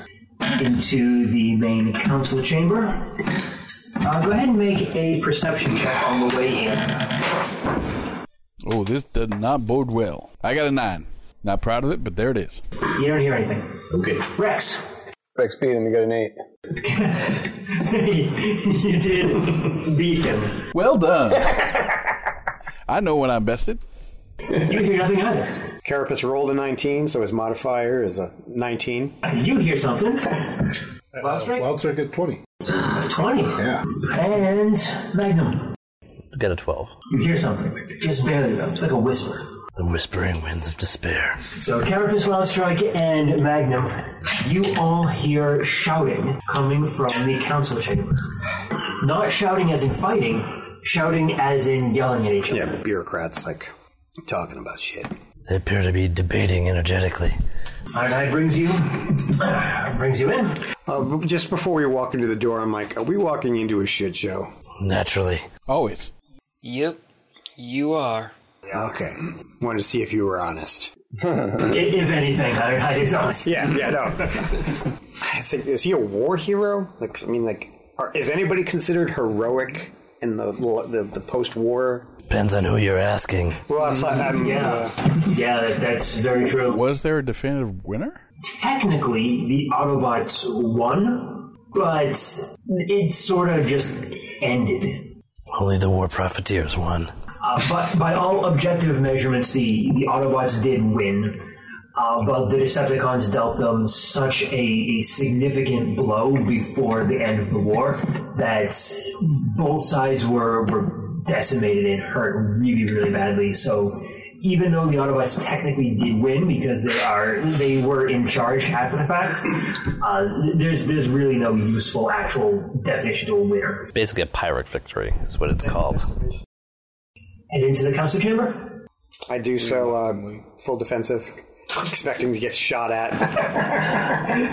S3: into the main council chamber. Uh, go ahead and make a perception check on the way in.
S5: Oh, this does not bode well. I got a nine. Not proud of it, but there it is.
S3: You don't hear anything. Okay. Rex.
S7: Rex beat him. You got an eight.
S3: you did beat him.
S5: Well done. I know when I'm bested.
S3: You hear nothing either.
S6: Carapace rolled a 19, so his modifier is a 19.
S3: You hear something. Ah,
S6: Wild Strike?
S8: Wild Strike at 20.
S3: 20. Yeah. And Magnum.
S4: Get a 12.
S3: You hear something. Just barely though. It's like a whisper.
S4: The whispering winds of despair.
S3: So Carapace, Wild Strike, and Magnum, you all hear shouting coming from the council chamber. Not shouting as in fighting, shouting as in yelling at each other.
S6: Yeah, bureaucrats like talking about shit.
S4: They appear to be debating energetically.
S3: Ironhide brings you brings you in.
S6: Uh, b- just before we walk into the door, I'm like, are we walking into a shit show?
S4: Naturally.
S5: Always.
S2: Yep, you are.
S6: Okay. Wanted to see if you were honest.
S3: I- if anything, Ironhide is honest.
S6: Yeah, yeah, no. I think, is he a war hero? Like, I mean, like, are, is anybody considered heroic in the the, the post-war?
S4: Depends on who you're asking.
S6: Well, that's why I'm, uh,
S3: Yeah, yeah, that, that's very true.
S5: Was there a definitive winner?
S3: Technically, the Autobots won, but it sort of just ended.
S4: Only the war profiteers won.
S3: Uh, but by all objective measurements, the, the Autobots did win. Uh, but the Decepticons dealt them such a, a significant blow before the end of the war that both sides were, were decimated and hurt really, really badly. So even though the Autobots technically did win because they are they were in charge after the fact, uh, there's there's really no useful actual definition to a winner.
S4: Basically, a pirate victory is what it's called.
S3: Head into the council chamber.
S6: I do so uh, full defensive, expecting to get shot at.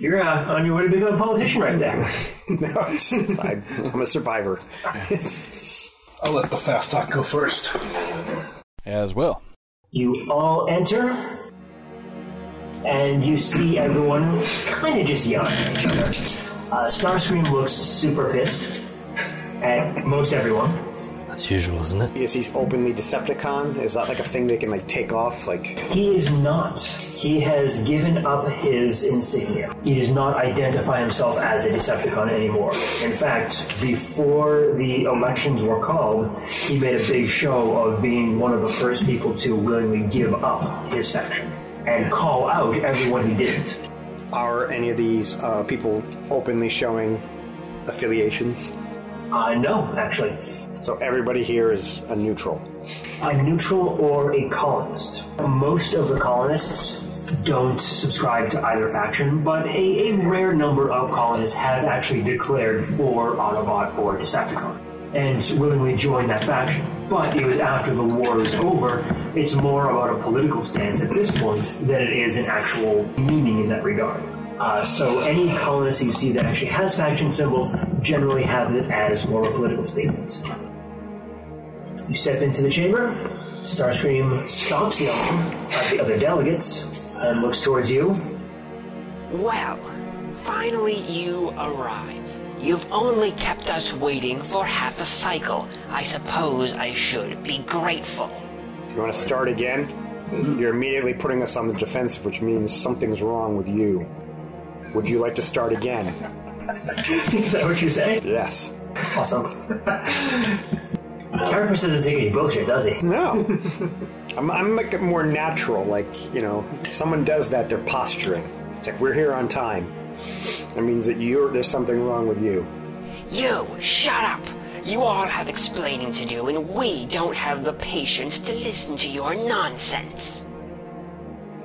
S3: You're uh, on your way to become a politician right there.
S6: no, it's- I, I'm a survivor.
S8: I'll let the fast talk go first.
S5: As well.
S3: You all enter, and you see everyone kind of just yelling at each other. Uh, Starscream looks super pissed at most everyone.
S4: That's usual, isn't it?
S6: Is he openly Decepticon? Is that like a thing they can like take off? Like,
S3: He is not. He has given up his insignia. He does not identify himself as a Decepticon anymore. In fact, before the elections were called, he made a big show of being one of the first people to willingly give up his faction and call out everyone who didn't.
S6: are any of these uh, people openly showing affiliations?
S3: Uh, no, actually.
S6: So everybody here is a neutral.
S3: A neutral or a colonist. Most of the colonists don't subscribe to either faction, but a, a rare number of colonists have actually declared for Autobot or Decepticon and willingly joined that faction. But it was after the war was over, it's more about a political stance at this point than it is an actual meaning in that regard. Uh, so any colonist you see that actually has faction symbols generally have it as more of a political statement. You step into the chamber. Starscream stops yelling at the other delegates and looks towards you.
S11: Well, finally you arrive. You've only kept us waiting for half a cycle. I suppose I should be grateful.
S6: You want to start again?
S3: Mm-hmm.
S6: You're immediately putting us on the defensive, which means something's wrong with you. Would you like to start again?
S3: Is that what you say?
S6: Yes.
S3: Awesome. Carapace doesn't take any bullshit, does he?
S6: No. I'm, I'm like more natural. Like, you know, someone does that, they're posturing. It's like, we're here on time. That means that you're, there's something wrong with you.
S11: You, shut up! You all have explaining to do, and we don't have the patience to listen to your nonsense.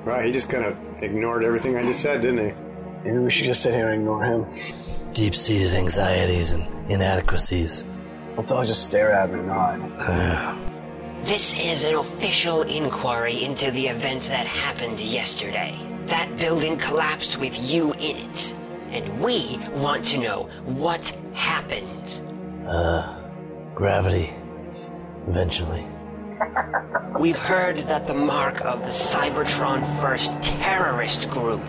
S6: Right, he just kind of ignored everything I just said, didn't he?
S7: Maybe we should just sit here and ignore him.
S4: Deep seated anxieties and inadequacies. Uh,
S7: Let's all just stare at him and nod.
S11: This is an official inquiry into the events that happened yesterday. That building collapsed with you in it. And we want to know what happened.
S4: uh, Gravity. Eventually.
S11: We've heard that the mark of the Cybertron First terrorist group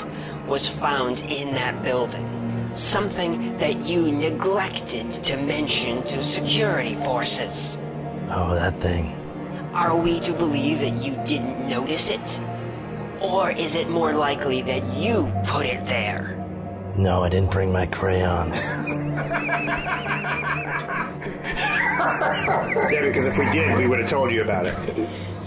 S11: was found in that building. Something that you neglected to mention to security forces.
S4: Oh, that thing.
S11: Are we to believe that you didn't notice it? Or is it more likely that you put it there?
S4: No, I didn't bring my crayons.
S6: Yeah, because if we did, we would have told you about it.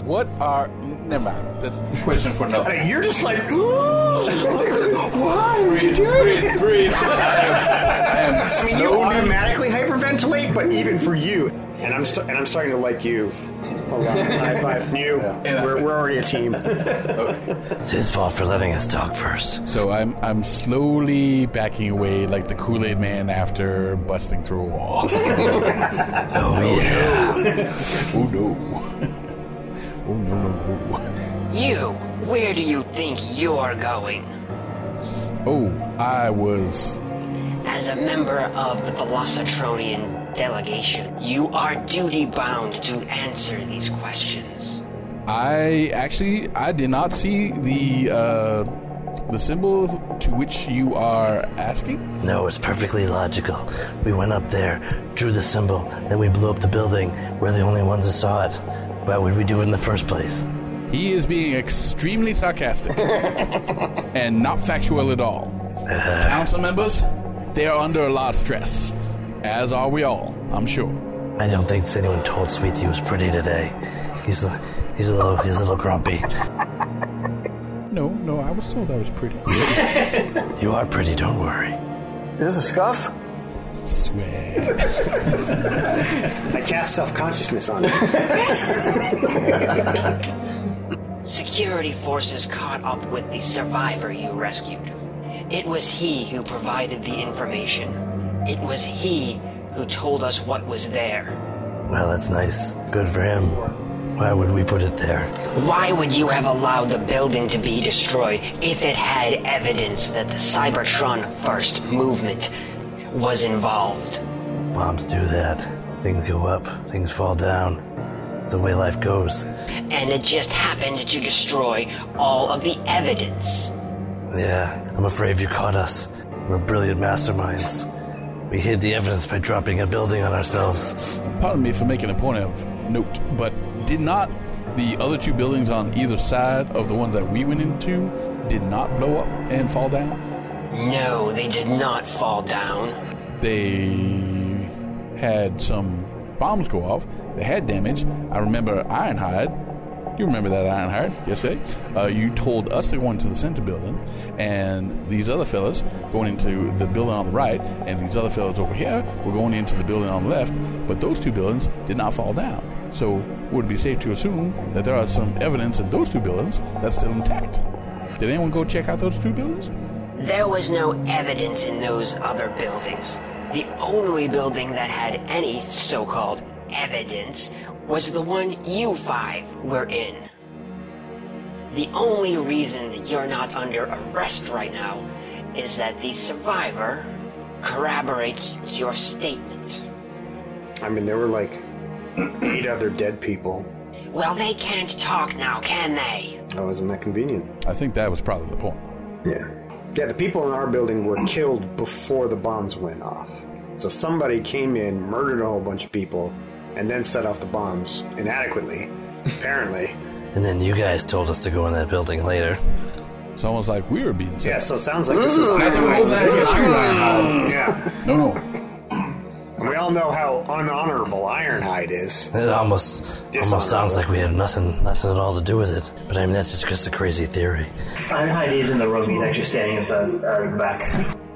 S5: What are? Never mind. That's a question for another.
S6: You're just like, why are you
S5: Breathe,
S6: doing
S5: breathe,
S6: this?
S5: breathe.
S6: I mean, you automatically hyperventilate, but even for you, and I'm st- and I'm starting to like you. A lot. High five, you. We're, we're already a team.
S4: It's his fault for letting us talk first.
S5: So I'm I'm slowly backing away like the Kool Aid Man after busting through a wall. oh yeah. oh no. Oh no no no.
S11: You, where do you think you're going?
S5: Oh, I was.
S11: As a member of the Velocitronian delegation, you are duty bound to answer these questions.
S5: I actually I did not see the uh, the symbol to which you are asking.
S4: No, it's perfectly logical. We went up there, drew the symbol, then we blew up the building. We're the only ones that saw it. Why would we do it in the first place?
S5: He is being extremely sarcastic and not factual at all. Council members, they are under a lot of stress, as are we all, I'm sure.
S4: I don't think anyone told Sweet he was pretty today. He's a, he's a little he's a little grumpy.
S5: No, no, I was told I was pretty.
S4: You are pretty, don't worry.
S7: Is this a scuff?
S5: Swear.
S6: I cast self consciousness on it.
S11: Security forces caught up with the survivor you rescued. It was he who provided the information. It was he who told us what was there.
S4: Well, that's nice. Good for him. Why would we put it there?
S11: Why would you have allowed the building to be destroyed if it had evidence that the Cybertron First Movement was involved?
S4: Bombs do that. Things go up, things fall down. It's the way life goes.
S11: And it just happened to destroy all of the evidence.
S4: Yeah, I'm afraid you caught us. We're brilliant masterminds. We hid the evidence by dropping a building on ourselves.
S5: Pardon me for making a point of note, but did not the other two buildings on either side of the ones that we went into did not blow up and fall down?
S11: No, they did not fall down.
S5: They had some bombs go off. They had damage. I remember Ironhide. You remember that Ironhide yesterday? Uh, you told us to go into the center building, and these other fellas going into the building on the right, and these other fellas over here were going into the building on the left. But those two buildings did not fall down. So would it be safe to assume that there are some evidence in those two buildings that's still intact? Did anyone go check out those two buildings?
S11: There was no evidence in those other buildings. The only building that had any so called evidence was the one you five were in. The only reason that you're not under arrest right now is that the survivor corroborates your statement.
S6: I mean, there were like eight other dead people.
S11: Well, they can't talk now, can they?
S6: Oh, isn't that convenient?
S5: I think that was probably the point.
S6: Yeah. Yeah, the people in our building were killed before the bombs went off. So somebody came in, murdered a whole bunch of people, and then set off the bombs inadequately, apparently.
S4: And then you guys told us to go in that building later.
S5: It's almost like we were being
S6: Yeah, so it sounds like this is
S5: Nothing was against you guys.
S6: Yeah.
S5: No, no.
S6: And we all know how unhonorable Ironhide is.
S4: It almost almost sounds like we had nothing nothing at all to do with it. But I mean, that's just, just a crazy theory.
S3: Ironhide is in the room. He's actually standing at the, uh, the back.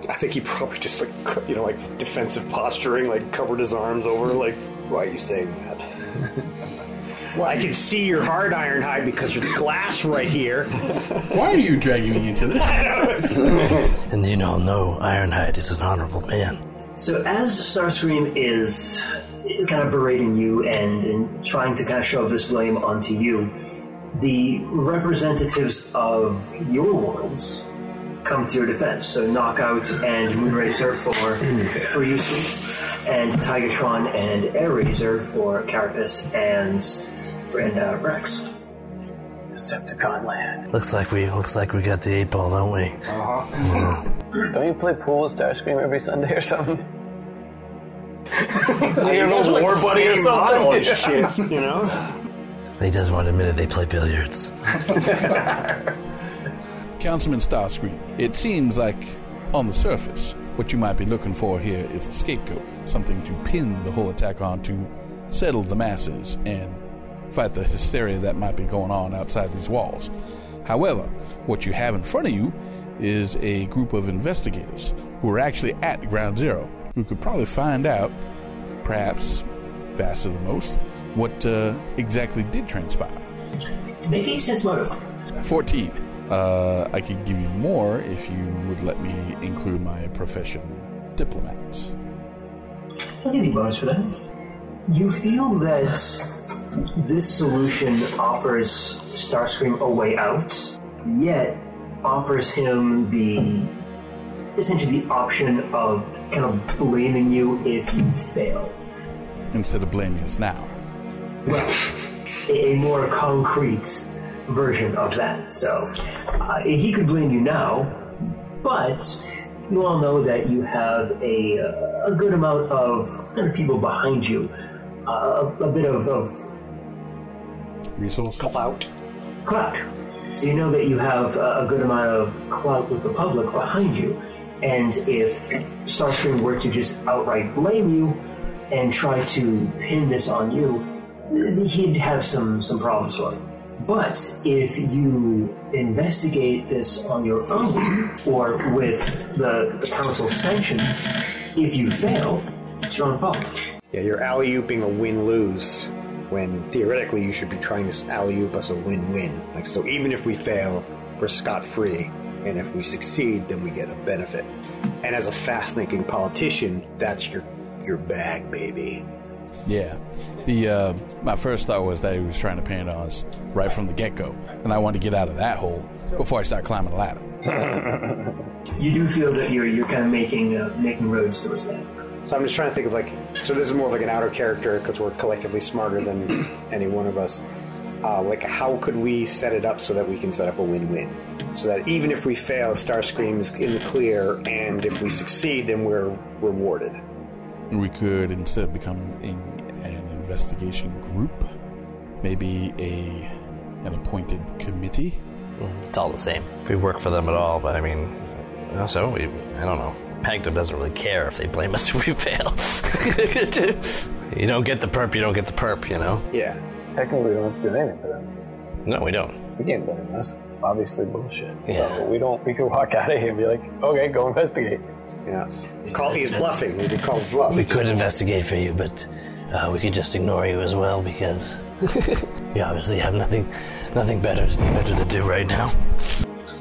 S6: I think he probably just like cu- you know like defensive posturing, like covered his arms over. Like, why are you saying that? I can see your hard iron hide because it's glass right here.
S5: Why are you dragging me into this?
S4: And you all know Ironhide is an honorable man.
S3: So as Starscream is is kind of berating you and, and trying to kind of shove this blame onto you, the representatives of your worlds come to your defense. So Knockout and Moonracer for for you suits, and Tigatron and Airraiser for Carapace and and uh, Rex.
S10: Decepticon land.
S4: Looks like we looks like we got the eight ball, don't we?
S7: Uh-huh. Don't you play pool with Starscream every Sunday or something?
S6: Is he
S7: your old war buddy or something?
S6: shit, you know.
S4: He doesn't want to admit it. They play billiards.
S5: Councilman Starscream, it seems like, on the surface, what you might be looking for here is a scapegoat, something to pin the whole attack on to settle the masses and fight the hysteria that might be going on outside these walls. However, what you have in front of you is a group of investigators who are actually at Ground Zero, who could probably find out, perhaps faster than most, what uh, exactly did transpire.
S3: Make a sense motive.
S5: 14. Uh, I could give you more if you would let me include my profession, diplomat.
S3: I'll give you a bonus for that. You feel that this solution offers Starscream a way out, yet offers him the essentially the option of kind of blaming you if you fail.
S5: Instead of blaming us now.
S3: Well, a, a more concrete version of that. So uh, he could blame you now, but you all know that you have a, uh, a good amount of kind of people behind you, uh, a, a bit of, of
S5: Resource?
S3: clout. Clout. So you know that you have a, a good amount of clout with the public behind you, and if Starscream were to just outright blame you and try to pin this on you, he'd have some, some problems with it. But if you investigate this on your own or with the, the council's sanction, if you fail, it's your own fault.
S6: Yeah, you're alley ooping a win lose when theoretically you should be trying to alley oop us a win win. Like, so even if we fail, we're scot free. And if we succeed, then we get a benefit. And as a fast thinking politician, that's your your bag, baby.
S5: Yeah. The uh, my first thought was that he was trying to paint on us right from the get go, and I wanted to get out of that hole before I start climbing the ladder.
S3: You do feel that you're you're kind of making uh, making roads towards that.
S6: So I'm just trying to think of like, so this is more of like an outer character because we're collectively smarter than any one of us. Uh, like, how could we set it up so that we can set up a win-win? So that even if we fail, Starscream is in the clear, and if we succeed, then we're rewarded.
S5: we could instead become in an investigation group, maybe a an appointed committee.
S4: It's all the same. If we work for them at all, but I mean, also we, I don't know. Pagdom doesn't really care if they blame us if we fail. you don't get the perp, you don't get the perp. You know?
S6: Yeah.
S7: Technically, we don't have to do anything for them.
S4: No, we don't.
S7: We can't blame us. Obviously, bullshit. So we don't. We could walk out of here and be like, okay, go investigate.
S6: Yeah. Call he's bluffing. We could call his bluff.
S4: We could investigate for you, but uh, we could just ignore you as well because you obviously have nothing, nothing better, better to do right now.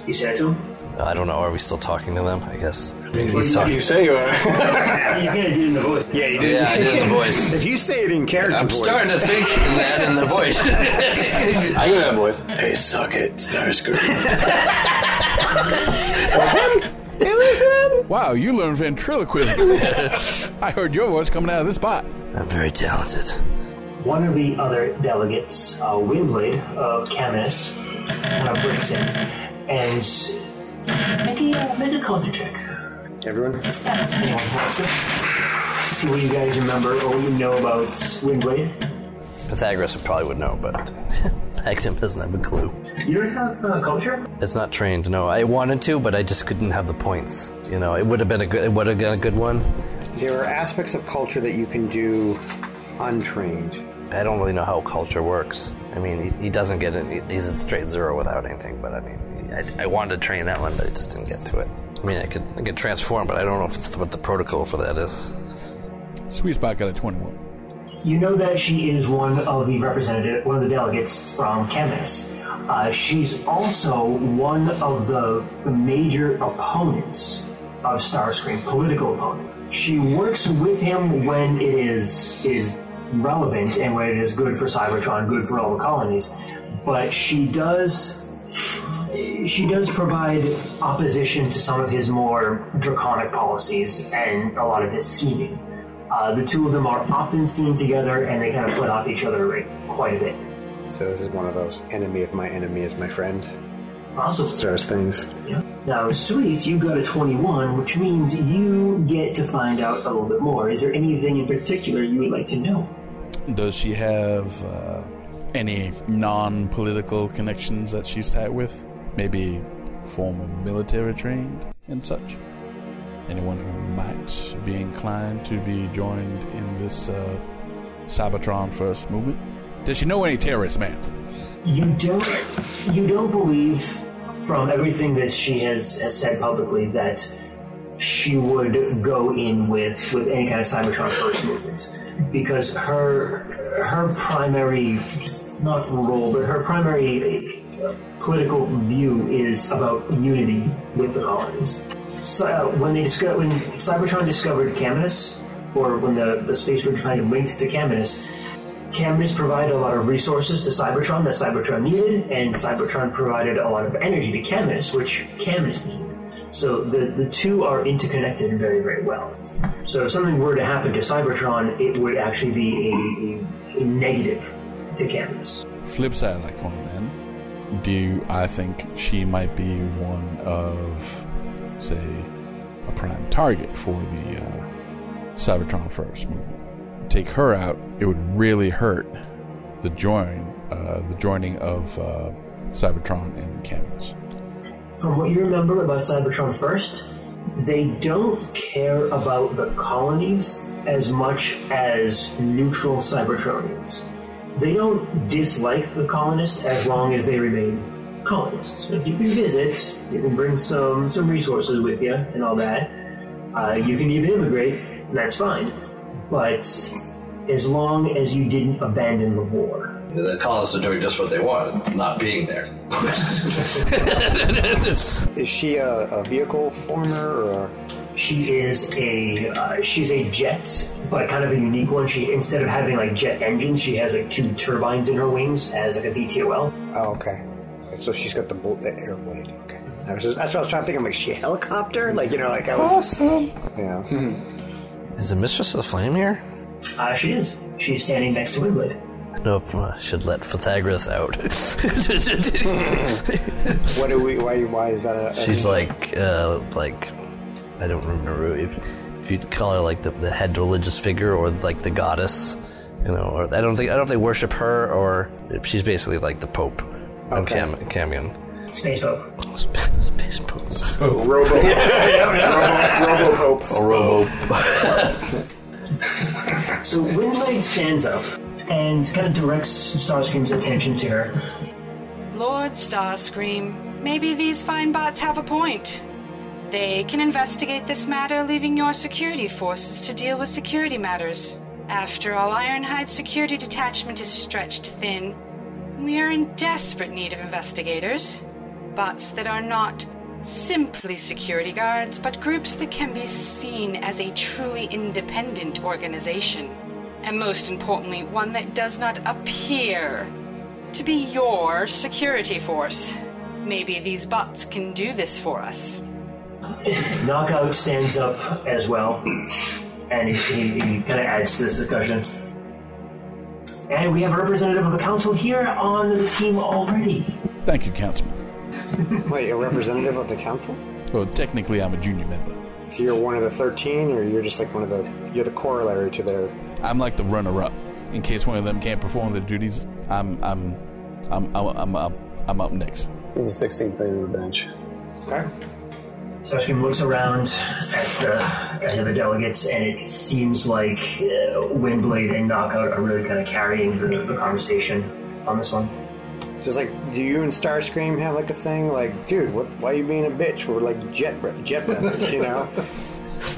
S3: You said to him?
S4: I don't know. Are we still talking to them? I guess.
S7: you- you say you are.
S3: you kind of did it in the voice.
S6: Yeah, you
S4: did. Yeah, I did in the voice.
S6: If you say it in character,
S4: I'm
S6: voice-
S4: starting to think that in the voice. I
S7: do that voice.
S10: Hey, suck it, Starscream.
S5: Wow, you learned ventriloquism. I heard your voice coming out of this bot.
S4: I'm very talented.
S3: One of the other delegates, uh, Windblade of Camus, kind of breaks in and make a, uh, make a culture check.
S6: Everyone?
S3: Yeah, anyone wants to. See what you guys remember or what you know about Windblade.
S4: Pythagoras probably would know, but Pagdom doesn't have a clue.
S3: You don't have uh, culture?
S4: It's not trained. No, I wanted to, but I just couldn't have the points. You know, it would have been a good. It would have been a good one.
S6: There are aspects of culture that you can do untrained.
S4: I don't really know how culture works. I mean, he, he doesn't get it. he- He's a straight zero without anything. But I mean, I, I wanted to train that one, but I just didn't get to it. I mean, I could I could transform, but I don't know if, what the protocol for that is.
S5: Sweet spot got a 21.
S3: You know that she is one of the representative, one of the delegates from Chemis. Uh, she's also one of the, the major opponents of Starscream, political opponent. She works with him when it is is relevant and when it is good for Cybertron, good for all the colonies. But she does she does provide opposition to some of his more draconic policies and a lot of his scheming. Uh, the two of them are often seen together and they kind of put off each other right, quite a bit.
S6: So this is one of those enemy of my enemy is my friend.
S3: Awesome.
S6: Sort of things.
S3: Now, sweet, you got a 21, which means you get to find out a little bit more. Is there anything in particular you would like to know?
S5: Does she have uh, any non political connections that she's had with. Maybe former military trained and such. Anyone who might be inclined to be joined in this uh, Cybertron first movement. Does she know any terrorists, man?
S3: You don't. You don't believe, from everything that she has, has said publicly, that she would go in with, with any kind of Cybertron first movements, because her her primary not role, but her primary uh, political view is about unity with the colonies. So, uh, when they discover, when Cybertron discovered Caminus, or when the, the space were trying to link to Caminus, Caminus provided a lot of resources to Cybertron that Cybertron needed, and Cybertron provided a lot of energy to Caminus, which Caminus needed. So the, the two are interconnected very, very well. So if something were to happen to Cybertron, it would actually be a, a, a negative to Caminus.
S5: Flip side of that coin, then, do you, I think she might be one of, say, a prime target for the uh, Cybertron First movement? Take her out, it would really hurt the join, uh, the joining of uh, Cybertron and Camus.
S3: From what you remember about Cybertron First, they don't care about the colonies as much as neutral Cybertronians. They don't dislike the colonists as long as they remain colonists. If you can visit, you can bring some, some resources with you and all that. Uh, you can even immigrate, and that's fine. But as long as you didn't abandon the war.
S12: The colonists are doing just what they wanted, not being there.
S6: Is she a, a vehicle former or?
S3: She is a uh, she's a jet, but kind of a unique one. She instead of having like jet engines, she has like two turbines in her wings as like a VTOL.
S6: Oh, okay. So she's got the, bl- the air blade. Okay. I was just- that's what I was trying to think. I'm like, is she a helicopter? Like you know, like I was.
S13: Awesome.
S6: Yeah.
S4: Hmm. Is the Mistress of the Flame here?
S3: Uh, she is. She's standing next to Winblade.
S4: Nope, I should let Pythagoras out.
S6: what do we? Why? Why is that? A, a-
S4: She's like, uh, like, I don't remember if, if you'd call her like the, the head religious figure or like the goddess, you know. Or I don't think I don't think worship her or she's basically like the Pope of
S3: Okay.
S4: Cam- Camion.
S3: Space Pope.
S4: Space Pope.
S6: Robo. Robo
S4: A robo.
S3: So Windblade stands up and kind of directs Starscream's attention to her.
S14: Lord Starscream, maybe these fine bots have a point. They can investigate this matter, leaving your security forces to deal with security matters. After all, Ironhide's security detachment is stretched thin. We are in desperate need of investigators. Bots that are not simply security guards, but groups that can be seen as a truly independent organization. And most importantly, one that does not appear to be your security force. Maybe these bots can do this for us.
S3: Knockout stands up as well, and he, he, he kind of adds to this discussion. And we have a representative of the council here on the team already.
S5: Thank you, Councilman.
S6: Wait, a representative of the council?
S5: Well, technically, I'm a junior member.
S6: So you're one of the thirteen, or you're just like one of the you're the corollary to their.
S5: I'm like the runner-up. In case one of them can't perform their duties, I'm I'm I'm I'm I'm, I'm, I'm up next.
S13: He's the sixteenth man on the bench.
S6: Okay.
S3: Starscream looks around at the, at the delegates, and it seems like uh, Windblade and Knockout are really kind of carrying the, the conversation on this one.
S6: Just like, do you and Starscream have like a thing? Like, dude, what? Why you being a bitch? We're like jet bro- jet brothers, you know?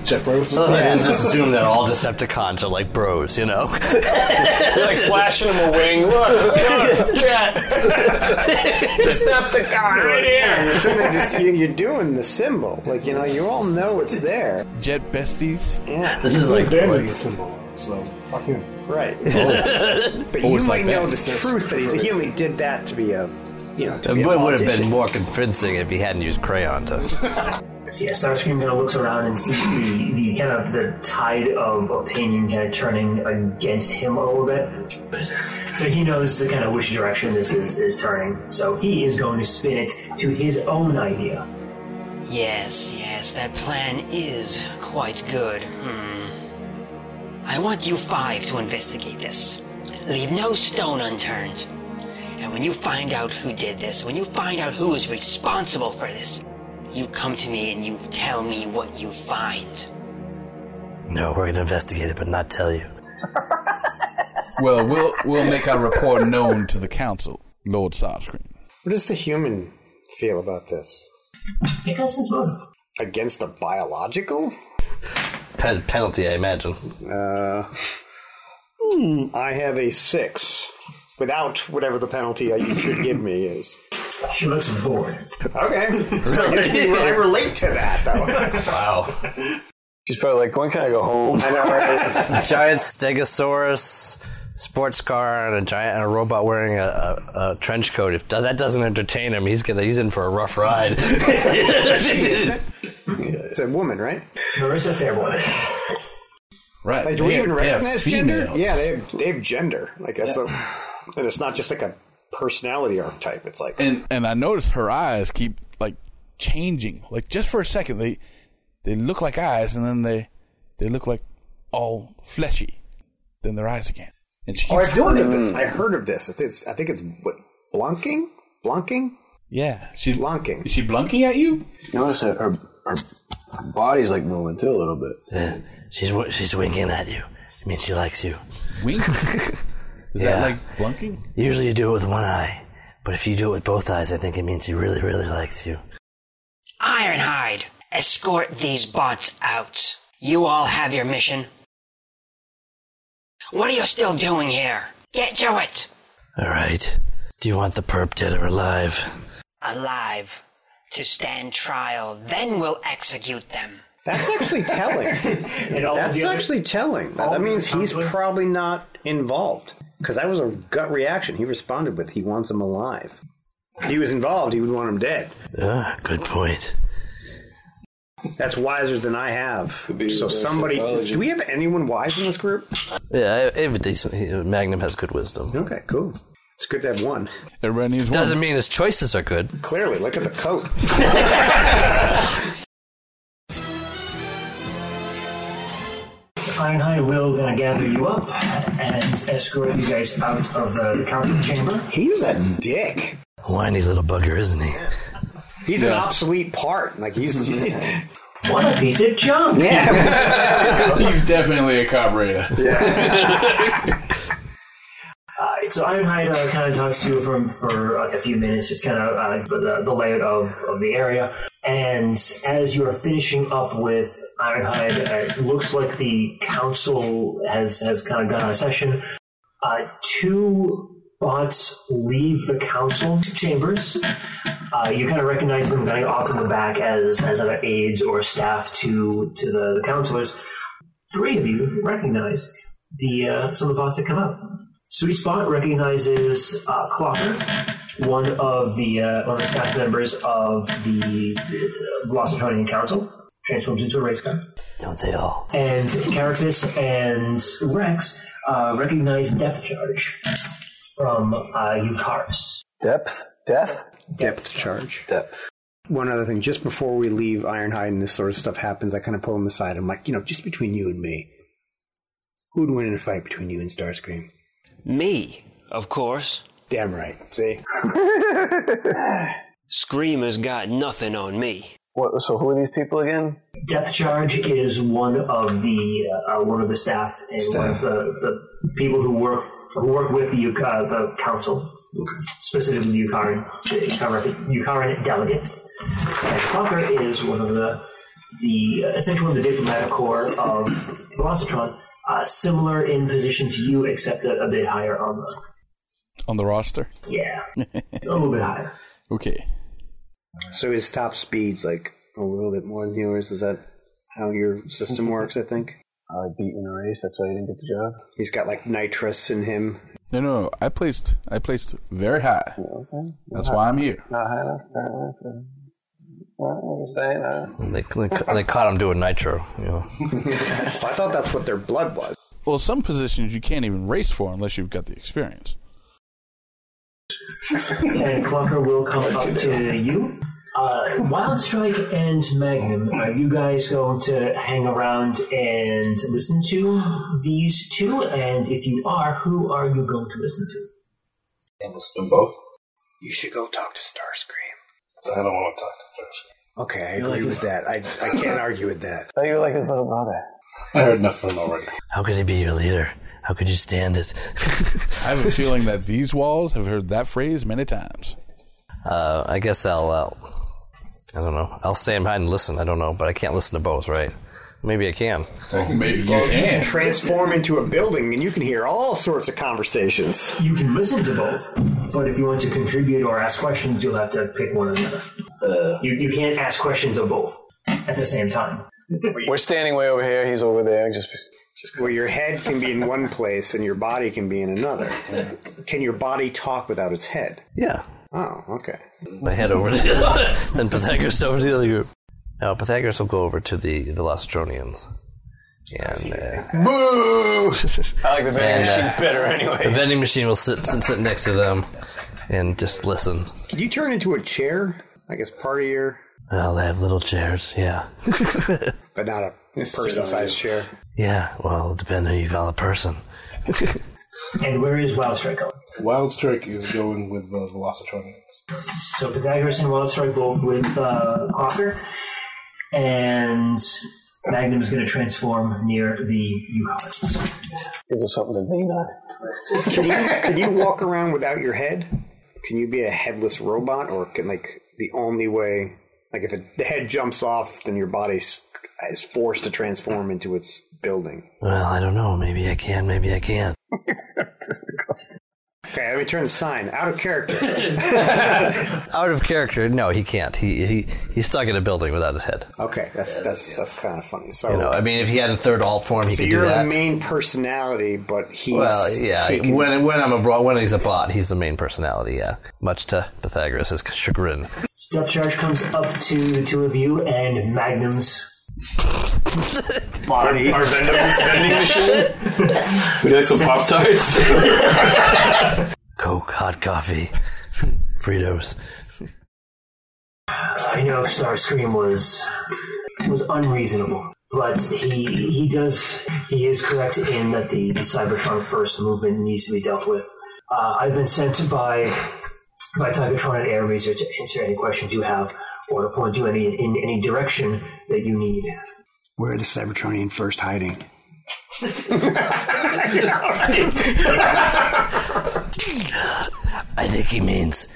S4: Jet bros. So like, it's just assumed that all Decepticons are like bros, you know.
S7: You're like flashing him a wing. Look, look, jet. Decepticon right
S6: You're,
S7: here.
S6: sitting there just, you- you're doing the symbol, like you know, you all know it's there.
S5: Jet besties.
S6: Yeah,
S4: This is like-
S6: Abandoned
S4: like-
S6: the
S15: symbol, so fuck him.
S6: Right.
S4: Oh.
S6: But
S4: Oh,
S6: you
S4: it's
S6: might
S4: like
S6: know
S4: that.
S6: the truth that he's, he only did that to be a, you know, to
S4: It
S6: be a
S4: would would have
S6: politician.
S4: been more convincing if he hadn't used crayon to.
S3: So yeah, Starscream kind of looks around and sees the, the kind of the tide of opinion kind of turning against him a little bit. So he knows the kind of which direction this is, is turning. So he is going to spin it to his own idea.
S11: Yes, yes, that plan is quite good. Hmm. I want you five to investigate this. Leave no stone unturned. And when you find out who did this, when you find out who is responsible for this, you come to me and you tell me what you find.
S4: No, we're gonna investigate it, but not tell you.
S5: Well, we'll we'll make our report known to the council, Lord Starscream.
S6: What does the human feel about this?
S3: Pick us his motive.
S6: Against a biological?
S4: Pen- penalty, I imagine.
S6: Uh, hmm, I have a six without whatever the penalty that you should give me is.
S3: She looks bored.
S6: Okay. So I guess we- I relate to that, though.
S4: Wow.
S7: She's probably like, when can I go home?
S6: I know, right?
S4: a giant stegosaurus, sports car, and a giant and a robot wearing a, a, a trench coat. If that doesn't entertain him, he's gonna he's in for a rough ride.
S6: it's a woman, right?
S3: Marissa Fairborn.
S5: Right.
S6: Like, do we
S5: They-
S6: even
S5: they have
S6: recognize gender?
S5: females.
S6: Yeah, they have, they have gender. Like that's a, and it's not just like a personality archetype. It's like
S5: and and I noticed her eyes keep like changing, like just for a second they they look like eyes, and then they they look like all fleshy, then their eyes again. And she
S6: oh,
S5: keeps
S6: I've heard of this. I heard of this. It's, it's- I think it's what blunking, blunking,
S5: Yeah, she
S6: blunking.
S5: Is she blunking at you?
S7: Notice that her, her body's like moving too a little bit.
S4: Yeah, she's w- she's winking at you. I mean, she likes you.
S5: Wink? Is
S4: Yeah.
S5: that like blunking?
S4: Usually you do it with one eye, but if you do it with both eyes, I think it means she really, really likes you.
S11: Ironhide, escort these bots out. You all have your mission. What are you still doing here? Get to it!
S4: All right. Do you want the perp dead or alive?
S11: Alive. To stand trial, then we'll execute them.
S6: That's actually telling. That's actually telling. That, that means he's probably not involved because that was a gut reaction. He responded with, "He wants him alive." If he was involved. He would want him dead.
S4: Ah, good point.
S6: That's wiser than I have.
S7: be
S6: So
S7: reverse
S6: somebody,
S7: psychology.
S6: do we have anyone wise in this group?
S4: Yeah, I I have a decent. Magnum has good wisdom.
S6: Okay, cool. It's good to have one.
S5: Everybody needs
S4: Doesn't mean his choices are good.
S6: Clearly, look at the coat.
S3: Ironhide will gonna gather you up and escort you guys out of the council chamber.
S6: He's a dick.
S4: Whiny little bugger, isn't he?
S6: He's an obsolete part. Like he's
S3: What a piece of junk!
S5: He's definitely a carburetor.
S3: Uh, so Ironhide uh, kind of talks to you from, for like a few minutes, just kind of uh, the, the layout of, of the area. And as you are finishing up with Ironhide, uh, it looks like the council has, has kind of gone out of session. Uh, two bots leave the council chambers. Uh, you kind of recognize them going off in the back as, as other aides or staff to, to the, the counselors. Three of you recognize the uh, some of the bots that come out. Sweet Spot recognizes uh, Clocker, one of the uh, one of the staff members of the uh, Velocitronian Council, transforms into a race car.
S4: Don't they all?
S3: And Carapace and Rex uh, recognize Depth Charge from uh, Eucharis.
S7: Depth? Death?
S6: depth charge.
S7: Depth.
S6: One other thing, just before we leave Ironhide and this sort of stuff happens, I kind of pull him aside. I'm like, you know, just between you and me, who would win in a fight between you and Starscream?
S2: Me, of course.
S6: Damn right. See,
S2: Screamer's got nothing on me.
S7: What, so who are these people again?
S3: Depth Charge is one of the uh, one of the staff and one of the, the people who work who work with the, Euch- uh, the council, specifically the Eucharan, the Eucharan, Eucharan delegates. And Clocker is one of the the uh, essentially one of the diplomatic corps of Velocitron, uh, similar in position to you, except a, a bit higher on the
S5: On the roster?
S3: yeah, a little bit higher.
S5: Okay.
S6: so his top speed's like a little bit more than yours. Is that how your system works? I think.
S7: I beat in a race, that's why I didn't get the job.
S6: He's got like nitrous in him.
S5: No, no, no. I placed. I placed very high. That's why I'm here.
S7: Not high enough, apparently. for- Well, I'm just saying, I don't-
S4: They, they, they caught him doing nitro. You know.
S6: I thought that's what their blood was.
S5: Well, some positions you can't even race for unless you've got the experience.
S3: and Clunker will come up to you. Uh, Wild Strike and Magnum, are you guys going to hang around and listen to these two? And if you are, who are you going to listen to?
S8: And listen to both.
S16: You should go talk to Starscream.
S8: I don't want to talk to
S16: Starscream. Okay, I
S8: You're
S16: agree
S8: like-
S16: with that. I, I can't argue with that.
S7: Thought you were like his little brother.
S8: I heard enough from him already.
S4: How could he be your leader? How could you stand it?
S17: I have a feeling that these walls have heard that phrase many times.
S4: Uh, I guess I'll. Uh, I don't know. I'll stand behind and listen. I don't know, but I can't listen to both, right? Maybe I can.
S6: Well, can transform into a building, and you can hear all sorts of conversations.
S3: You can listen to both, but if you want to contribute or ask questions, you'll have to pick one or the other.
S8: Uh,
S3: you, you can't ask questions of both at the same time.
S7: We're standing way over here. He's over there. Just
S6: Just where your head can be in one place and your body can be in another. Can your body talk without its head?
S4: Yeah.
S6: Oh, okay.
S4: My head over to then Pythagoras over to the other group. Now Pythagoras will go over to the the Lostronians. And uh,
S7: Boo! I like the vending
S4: and,
S7: machine
S4: uh,
S7: better, anyway.
S4: The vending machine will sit sit, sit next to them and just listen.
S6: Can you turn into a chair? I guess part of your,
S4: Oh, they have little chairs. Yeah,
S6: but not a person-sized chair.
S4: yeah. Well, depending who you call a person.
S3: And where is Wildstrike going?
S8: Wildstrike is going with the Velocitronians.
S3: So Pythagoras and Wildstrike both with uh, Clocker, and Magnum is going to transform near the Yukons.
S7: gives us something to lean on.
S6: Can you, can you walk around without your head? Can you be a headless robot, or can like the only way, like if it, the head jumps off, then your body s- is forced to transform into its building?
S4: Well, I don't know. Maybe I can. Maybe I can't.
S6: Okay, let me turn the sign out of character.
S4: Out of character. No, he can't. He he he's stuck in a building without his head.
S6: Okay, that's that's that's kind of funny. So
S4: You know, I mean, if he had a third alt form, he
S6: so
S4: could do
S6: you're the
S4: that.
S6: main personality, but he's
S4: well, yeah.
S6: he can-
S4: When when I'm abroad, when he's abroad, he's the main personality. Yeah, much to Pythagoras' chagrin.
S3: Depth charge comes up to the two of you and Magnum's
S16: body.
S3: Our vending- vending
S16: machine?
S4: We did some pop tarts. Coke, hot coffee, Fritos.
S3: I Uh, know Starscream was was unreasonable, but he he does he is correct in that the, the Cybertron first movement needs to be dealt with. Uh, I've been sent by by Tigatron and Air Razor to answer any questions you have or to point you any in any direction that you need.
S16: Where are the Cybertronian first hiding?
S4: I think he means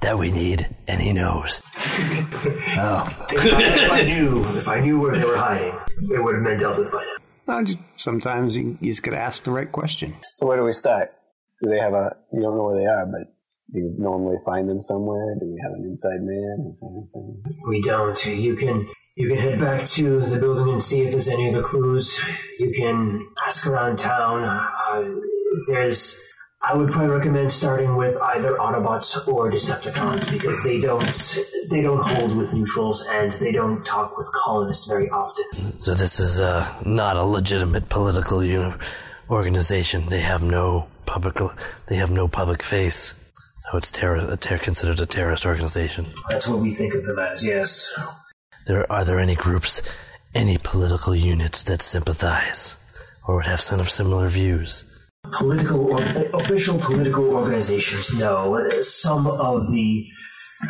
S4: that we need, and he knows. oh,
S3: If I, if I knew if I knew where they were hiding, it would have been dealt with by now.
S6: Well, ju- sometimes you, you just got to ask the right question.
S7: So where do we start? Do they have a? You don't know where they are, but do you normally find them somewhere? Do we have an inside man? Is there anything?
S3: We don't. You can you can head back to the building and see if there's any other clues. You can ask around town. Uh, there's. I would probably recommend starting with either Autobots or Decepticons because they don't they don't hold with neutrals and they don't talk with colonists very often.
S4: so this is uh, not a legitimate political uni- organization. They have no public. They have no public face. So it's terror, a ter- considered a terrorist organization.
S3: That's what we think of them as. Yes.
S4: There are there any groups, any political units that sympathize or would have some of similar views?
S3: political or, official political organizations know some of the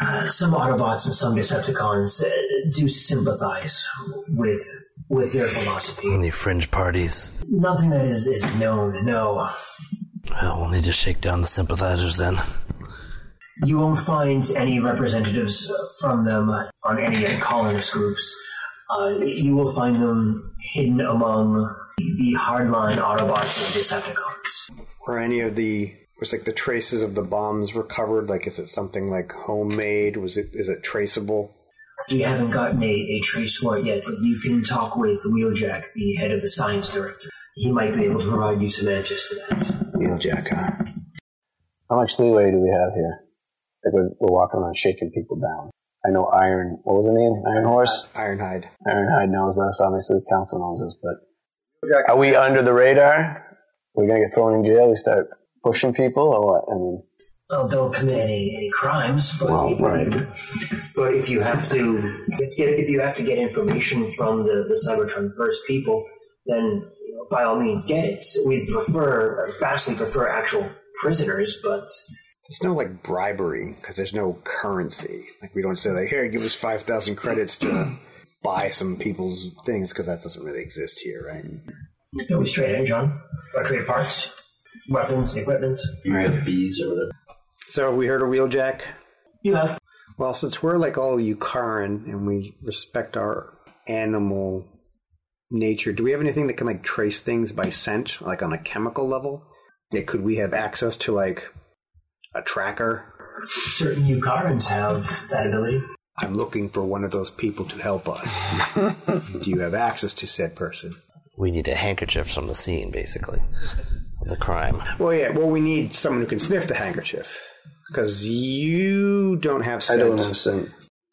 S3: uh, some Autobots and some Decepticons uh, do sympathize with with their philosophy.
S4: Any fringe parties?
S3: Nothing that is, is known. No,
S4: Well, we'll need to shake down the sympathizers then.
S3: you won't find any representatives from them on any of the colonist groups. Uh, you will find them hidden among the hardline Autobots and Decepticons.
S6: Were any of the was like the traces of the bombs recovered? Like, is it something like homemade? Was it is it traceable?
S3: We haven't gotten a, a trace for it yet, but you can talk with Wheeljack, the head of the science director. He might be able to provide you some answers to that.
S6: Wheeljack, huh?
S7: How much leeway do we have here? Like we're, we're walking around shaking people down. I know Iron. What was the name? Iron Horse.
S6: Ironhide.
S7: Ironhide knows us. Obviously, the council knows us. But are we under the radar? We're gonna get thrown in jail. We start pushing people, or what? I mean,
S3: Well, don't commit any, any crimes, but, if, but if you have to if you- if you have to get information from the, the Cybertron First people, then you know, by all means get it. We prefer vastly prefer actual prisoners, but
S6: It's no like bribery because there's no currency. Like we don't say like, here, give us five thousand credits to buy some people's things because that doesn't really exist here, right?
S3: No, we trade in, John. Or trade parts, weapons, equipment.
S6: You have bees or whatever. So have we heard a wheeljack?
S3: You have.
S6: Well, since we're like all Yukaran and we respect our animal nature, do we have anything that can like trace things by scent, like on a chemical level? Yeah, could we have access to like a tracker?
S3: Certain Yukarans have that ability.
S6: I'm looking for one of those people to help us. do you have access to said person?
S4: We need a handkerchief from the scene, basically, of the crime.
S6: Well, yeah. Well, we need someone who can sniff the handkerchief because you don't have
S7: I
S6: scent.
S7: don't have scent.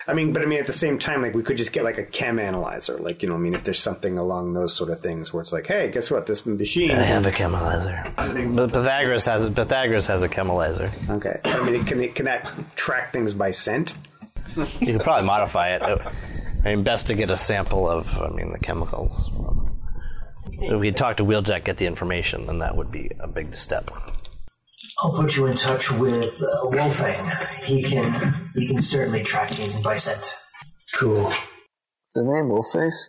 S6: I mean, but I mean, at the same time, like we could just get like a chem analyzer, like you know, I mean, if there's something along those sort of things where it's like, hey, guess what, this machine.
S4: I have a chemalizer. But Pythagoras has a Pythagoras has a chemalizer.
S6: Okay. I mean, can it, can that track things by scent?
S4: You could probably modify it. I mean, best to get a sample of. I mean, the chemicals. We could talk to Wheeljack, get the information, and that would be a big step.
S3: I'll put you in touch with uh, Wolfang. He can he can certainly track anything by scent.
S7: Cool. Is the name Wolfface?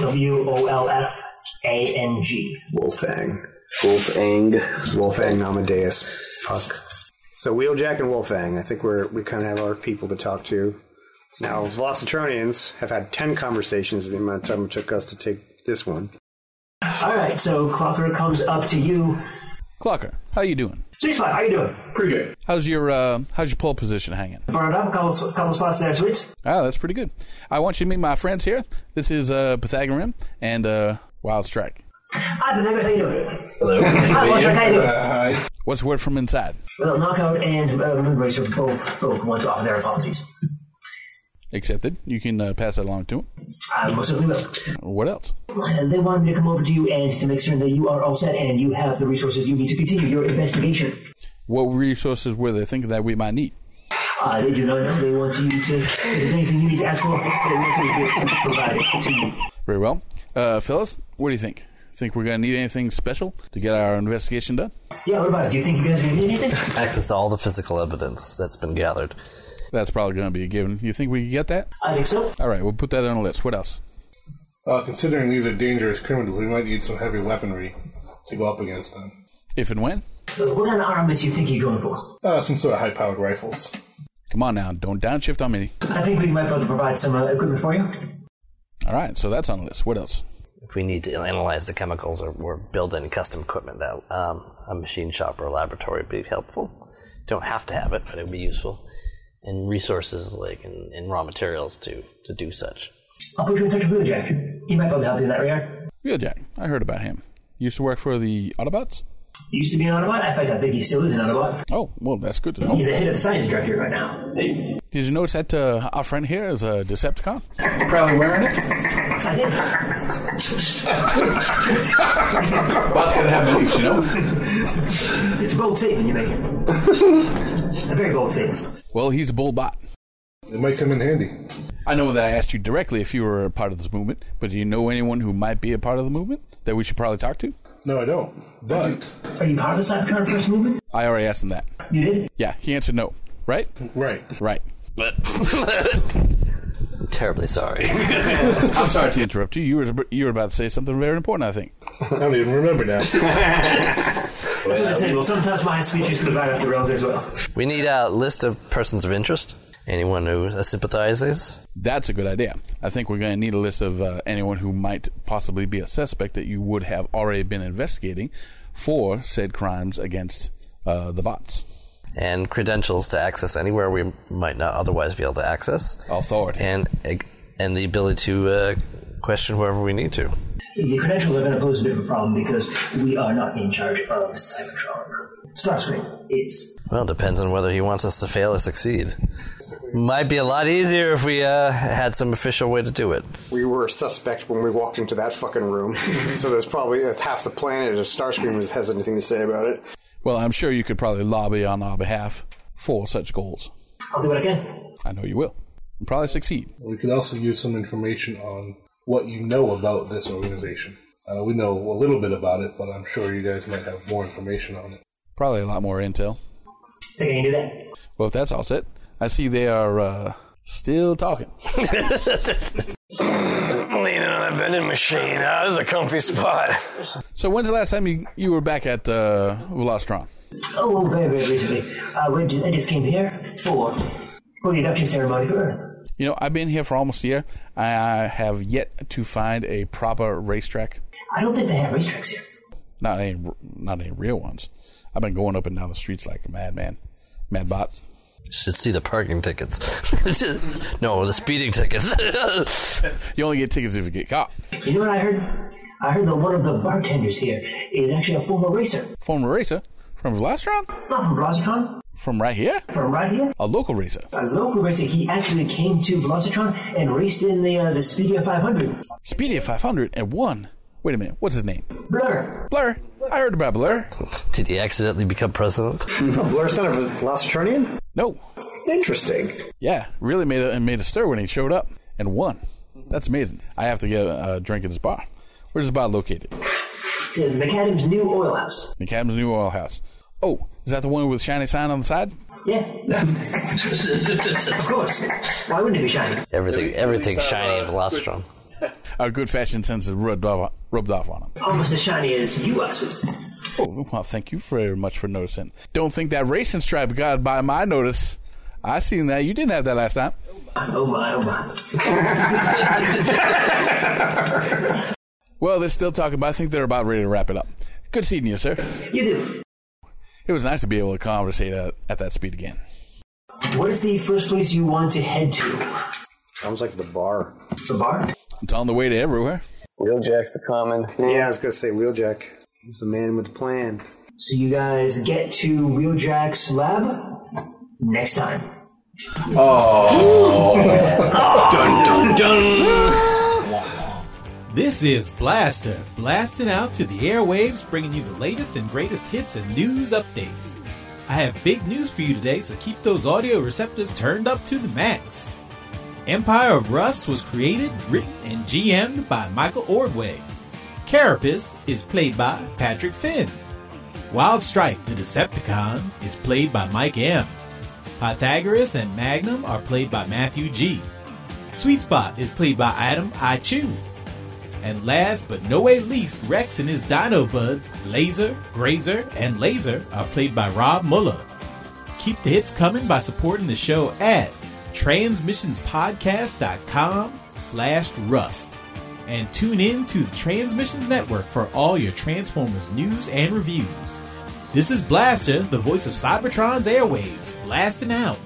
S3: W O L F A N G.
S6: Wolfang.
S7: Wolfang.
S6: Wolfang Amadeus. Fuck. So Wheeljack and Wolfang, I think we're we kind of have our people to talk to. Now, Velocitronians have had ten conversations in the amount of time it took us to take this one.
S3: All right, so Clocker comes up to you.
S5: Clocker, how you doing?
S3: Sweet spot, how you doing?
S5: Pretty good. How's your uh, how's your pole position hanging?
S3: Brought up, couple, couple spots there, sweet.
S5: Ah, that's pretty good. I want you to meet my friends here. This is uh, Pythagorean and uh, Wild Strike.
S3: Hi, Pythagoras, how you doing?
S5: Hello.
S3: Hi, Wild Strike, how you doing?
S5: What's the word from inside?
S3: Well, Knockout and uh, Moon Racer both, both want to offer their apologies.
S5: Accepted. You can uh, pass that along to him.
S3: I Uh, most certainly will.
S5: What else?
S3: And they wanted me to come over to you and to make certain that you are all set and you have the resources you need to continue your investigation.
S5: What resources were they thinking that we might need?
S3: Uh, they do not know. They want you to. If there's anything you need to ask for, they want you to get provided to you.
S5: Very well. Uh, fellas, what do you think? Think we're going to need anything special to get our investigation done?
S3: Yeah, what about it? Do you think you guys are going to need anything?
S4: Access to all the physical evidence that's been gathered.
S5: That's probably going to be a given. You think we can get that?
S3: I think so.
S5: All right, we'll put that on the list. What else?
S8: Uh, considering these are dangerous criminals, we might need some heavy weaponry to go up against them.
S5: If and when?
S3: Uh, What kind of armaments do you think you're going for?
S8: Uh, some sort of high powered rifles.
S5: Come on now, don't downshift on me.
S3: I think we might be able to provide some uh, equipment for you.
S5: All right, so that's on the list. What else?
S4: If we need to analyze the chemicals or, or build in custom equipment, that um, a machine shop or laboratory would be helpful. Don't have to have it, but it would be useful. And resources like and, and raw materials to to do such.
S3: I'll put you in touch with Wheeljack. He might be able to help you in that regard.
S5: Wheeljack. I heard about him. Used to work for the Autobots?
S3: He used to be an Autobot. In fact, I think he still is an Autobot.
S5: Oh, well, that's good to know.
S3: He's the head of the science director right now.
S5: Did you notice that uh, our friend here is a Decepticon?
S3: Probably wearing it. I did.
S5: Bots gotta have beliefs, you
S3: know? It's a bold statement you're making. a very bold statement.
S5: Well, he's a bull bot.
S8: It might come in handy.
S5: I know that I asked you directly if you were a part of this movement, but do you know anyone who might be a part of the movement that we should probably talk to?
S8: No, I don't. But
S3: Are you part of the Cybertron First Movement?
S5: I already asked him that.
S3: You did?
S5: Yeah, he answered no. Right?
S8: Right.
S5: Right.
S4: I'm terribly sorry.
S5: I'm sorry to interrupt you. You were you were about to say something very important, I think.
S8: I don't even remember now.
S3: That's understandable. Sometimes my speeches go right off the rails as well.
S4: We need a list of persons of interest. Anyone who sympathizes.
S5: That's a good idea. I think we're going to need a list of uh, anyone who might possibly be a suspect that you would have already been investigating for said crimes against uh, the bots.
S4: and credentials to access anywhere we might not otherwise be able to access.
S5: Authority
S4: and and the ability to uh, question whoever we need to.
S3: The credentials are going to pose a bit of a problem because we are not in charge of Cybertron. Starscream is.
S4: Well, it depends on whether he wants us to fail or succeed. Might be a lot easier if we uh, had some official way to do it.
S6: We were a suspect when we walked into that fucking room, so there's probably that's half the planet of Starscream has anything to say about it.
S5: Well, I'm sure you could probably lobby on our behalf for such goals.
S3: I'll do it again.
S5: I know you will. You'll probably succeed.
S8: We could also use some information on what you know about this organization. Uh, we know a little bit about it, but I'm sure you guys might have more information on it.
S5: Probably a lot more intel.
S3: Think I can do that?
S5: Well, if that's all set, I see they are uh, still talking.
S7: Leaning on that vending machine. Ah, this is a comfy spot.
S5: So when's the last time you, you were back at uh, Velostron?
S3: Oh, very, very recently. Uh, when I just came here for for the induction ceremony for Earth.
S5: You know, I've been here for almost a year. I I have yet to find a proper racetrack.
S3: I don't think they have racetracks here.
S5: Not any, not any real ones. I've been going up and down the streets like a madman, mad bot.
S4: Should see the parking tickets. no, the speeding tickets.
S5: you only get tickets if you get caught.
S3: You know what I heard? I heard that one of the bartenders here is actually a former racer.
S5: Former racer from Velostron?
S3: Not from Velocitron,
S5: From right here?
S3: from right here.
S5: A local racer.
S3: A local racer. He actually came to Velocitron and raced in the uh, the Speedia 500.
S5: Speedia 500 and won. Wait a minute, what's his name?
S3: Blur.
S5: Blur. I heard about Blur.
S4: Did he accidentally become president?
S6: Blur's not a Velocitronian?
S5: No.
S6: Interesting.
S5: Yeah, really made a made a stir when he showed up and won. That's amazing. I have to get a, a drink at his bar. Where's his bar located?
S3: To McAdam's new oil house.
S5: McAdam's New Oil House. Oh, is that the one with shiny sign on the side?
S3: Yeah. of course. Why wouldn't it be shiny?
S4: Everything, everything's shiny in Velostron.
S5: Our good fashion sense is rubbed off, rubbed off on him.
S3: Almost as shiny as you are, Sweets.
S5: Oh, well, thank you very much for noticing. Don't think that racing stripe got by my notice. I seen that. You didn't have that last time.
S3: Oh my, oh my.
S5: Well, they're still talking, but I think they're about ready to wrap it up. Good seeing you, sir.
S3: You do.
S5: It was nice to be able to conversate at, at that speed again.
S3: What is the first place you want to head to?
S6: Sounds like the bar.
S3: The bar?
S5: It's on the way to everywhere.
S8: Wheeljack's the common.
S6: Yeah, I was gonna say Wheeljack. He's the man with the plan.
S3: So you guys get to Wheeljack's lab next time.
S18: Dun, dun. This is Blaster, blasting out to the airwaves, bringing you the latest and greatest hits and news updates. I have big news for you today, so keep those audio receptors turned up to the max. Empire of Rust was created, written, and GM'd by Michael Ordway. Carapace is played by Patrick Finn. Wild Strike, the Decepticon, is played by Mike M. Pythagoras and Magnum are played by Matthew G. Sweet Spot is played by Adam I Chew. And last but no way least, Rex and his dino buds, Laser, Grazer, and Laser are played by Rob Muller. Keep the hits coming by supporting the show at transmissionspodcast.com slash rust. And tune in to the Transmissions Network for all your Transformers news and reviews. This is Blaster, the voice of Cybertron's airwaves, blasting out.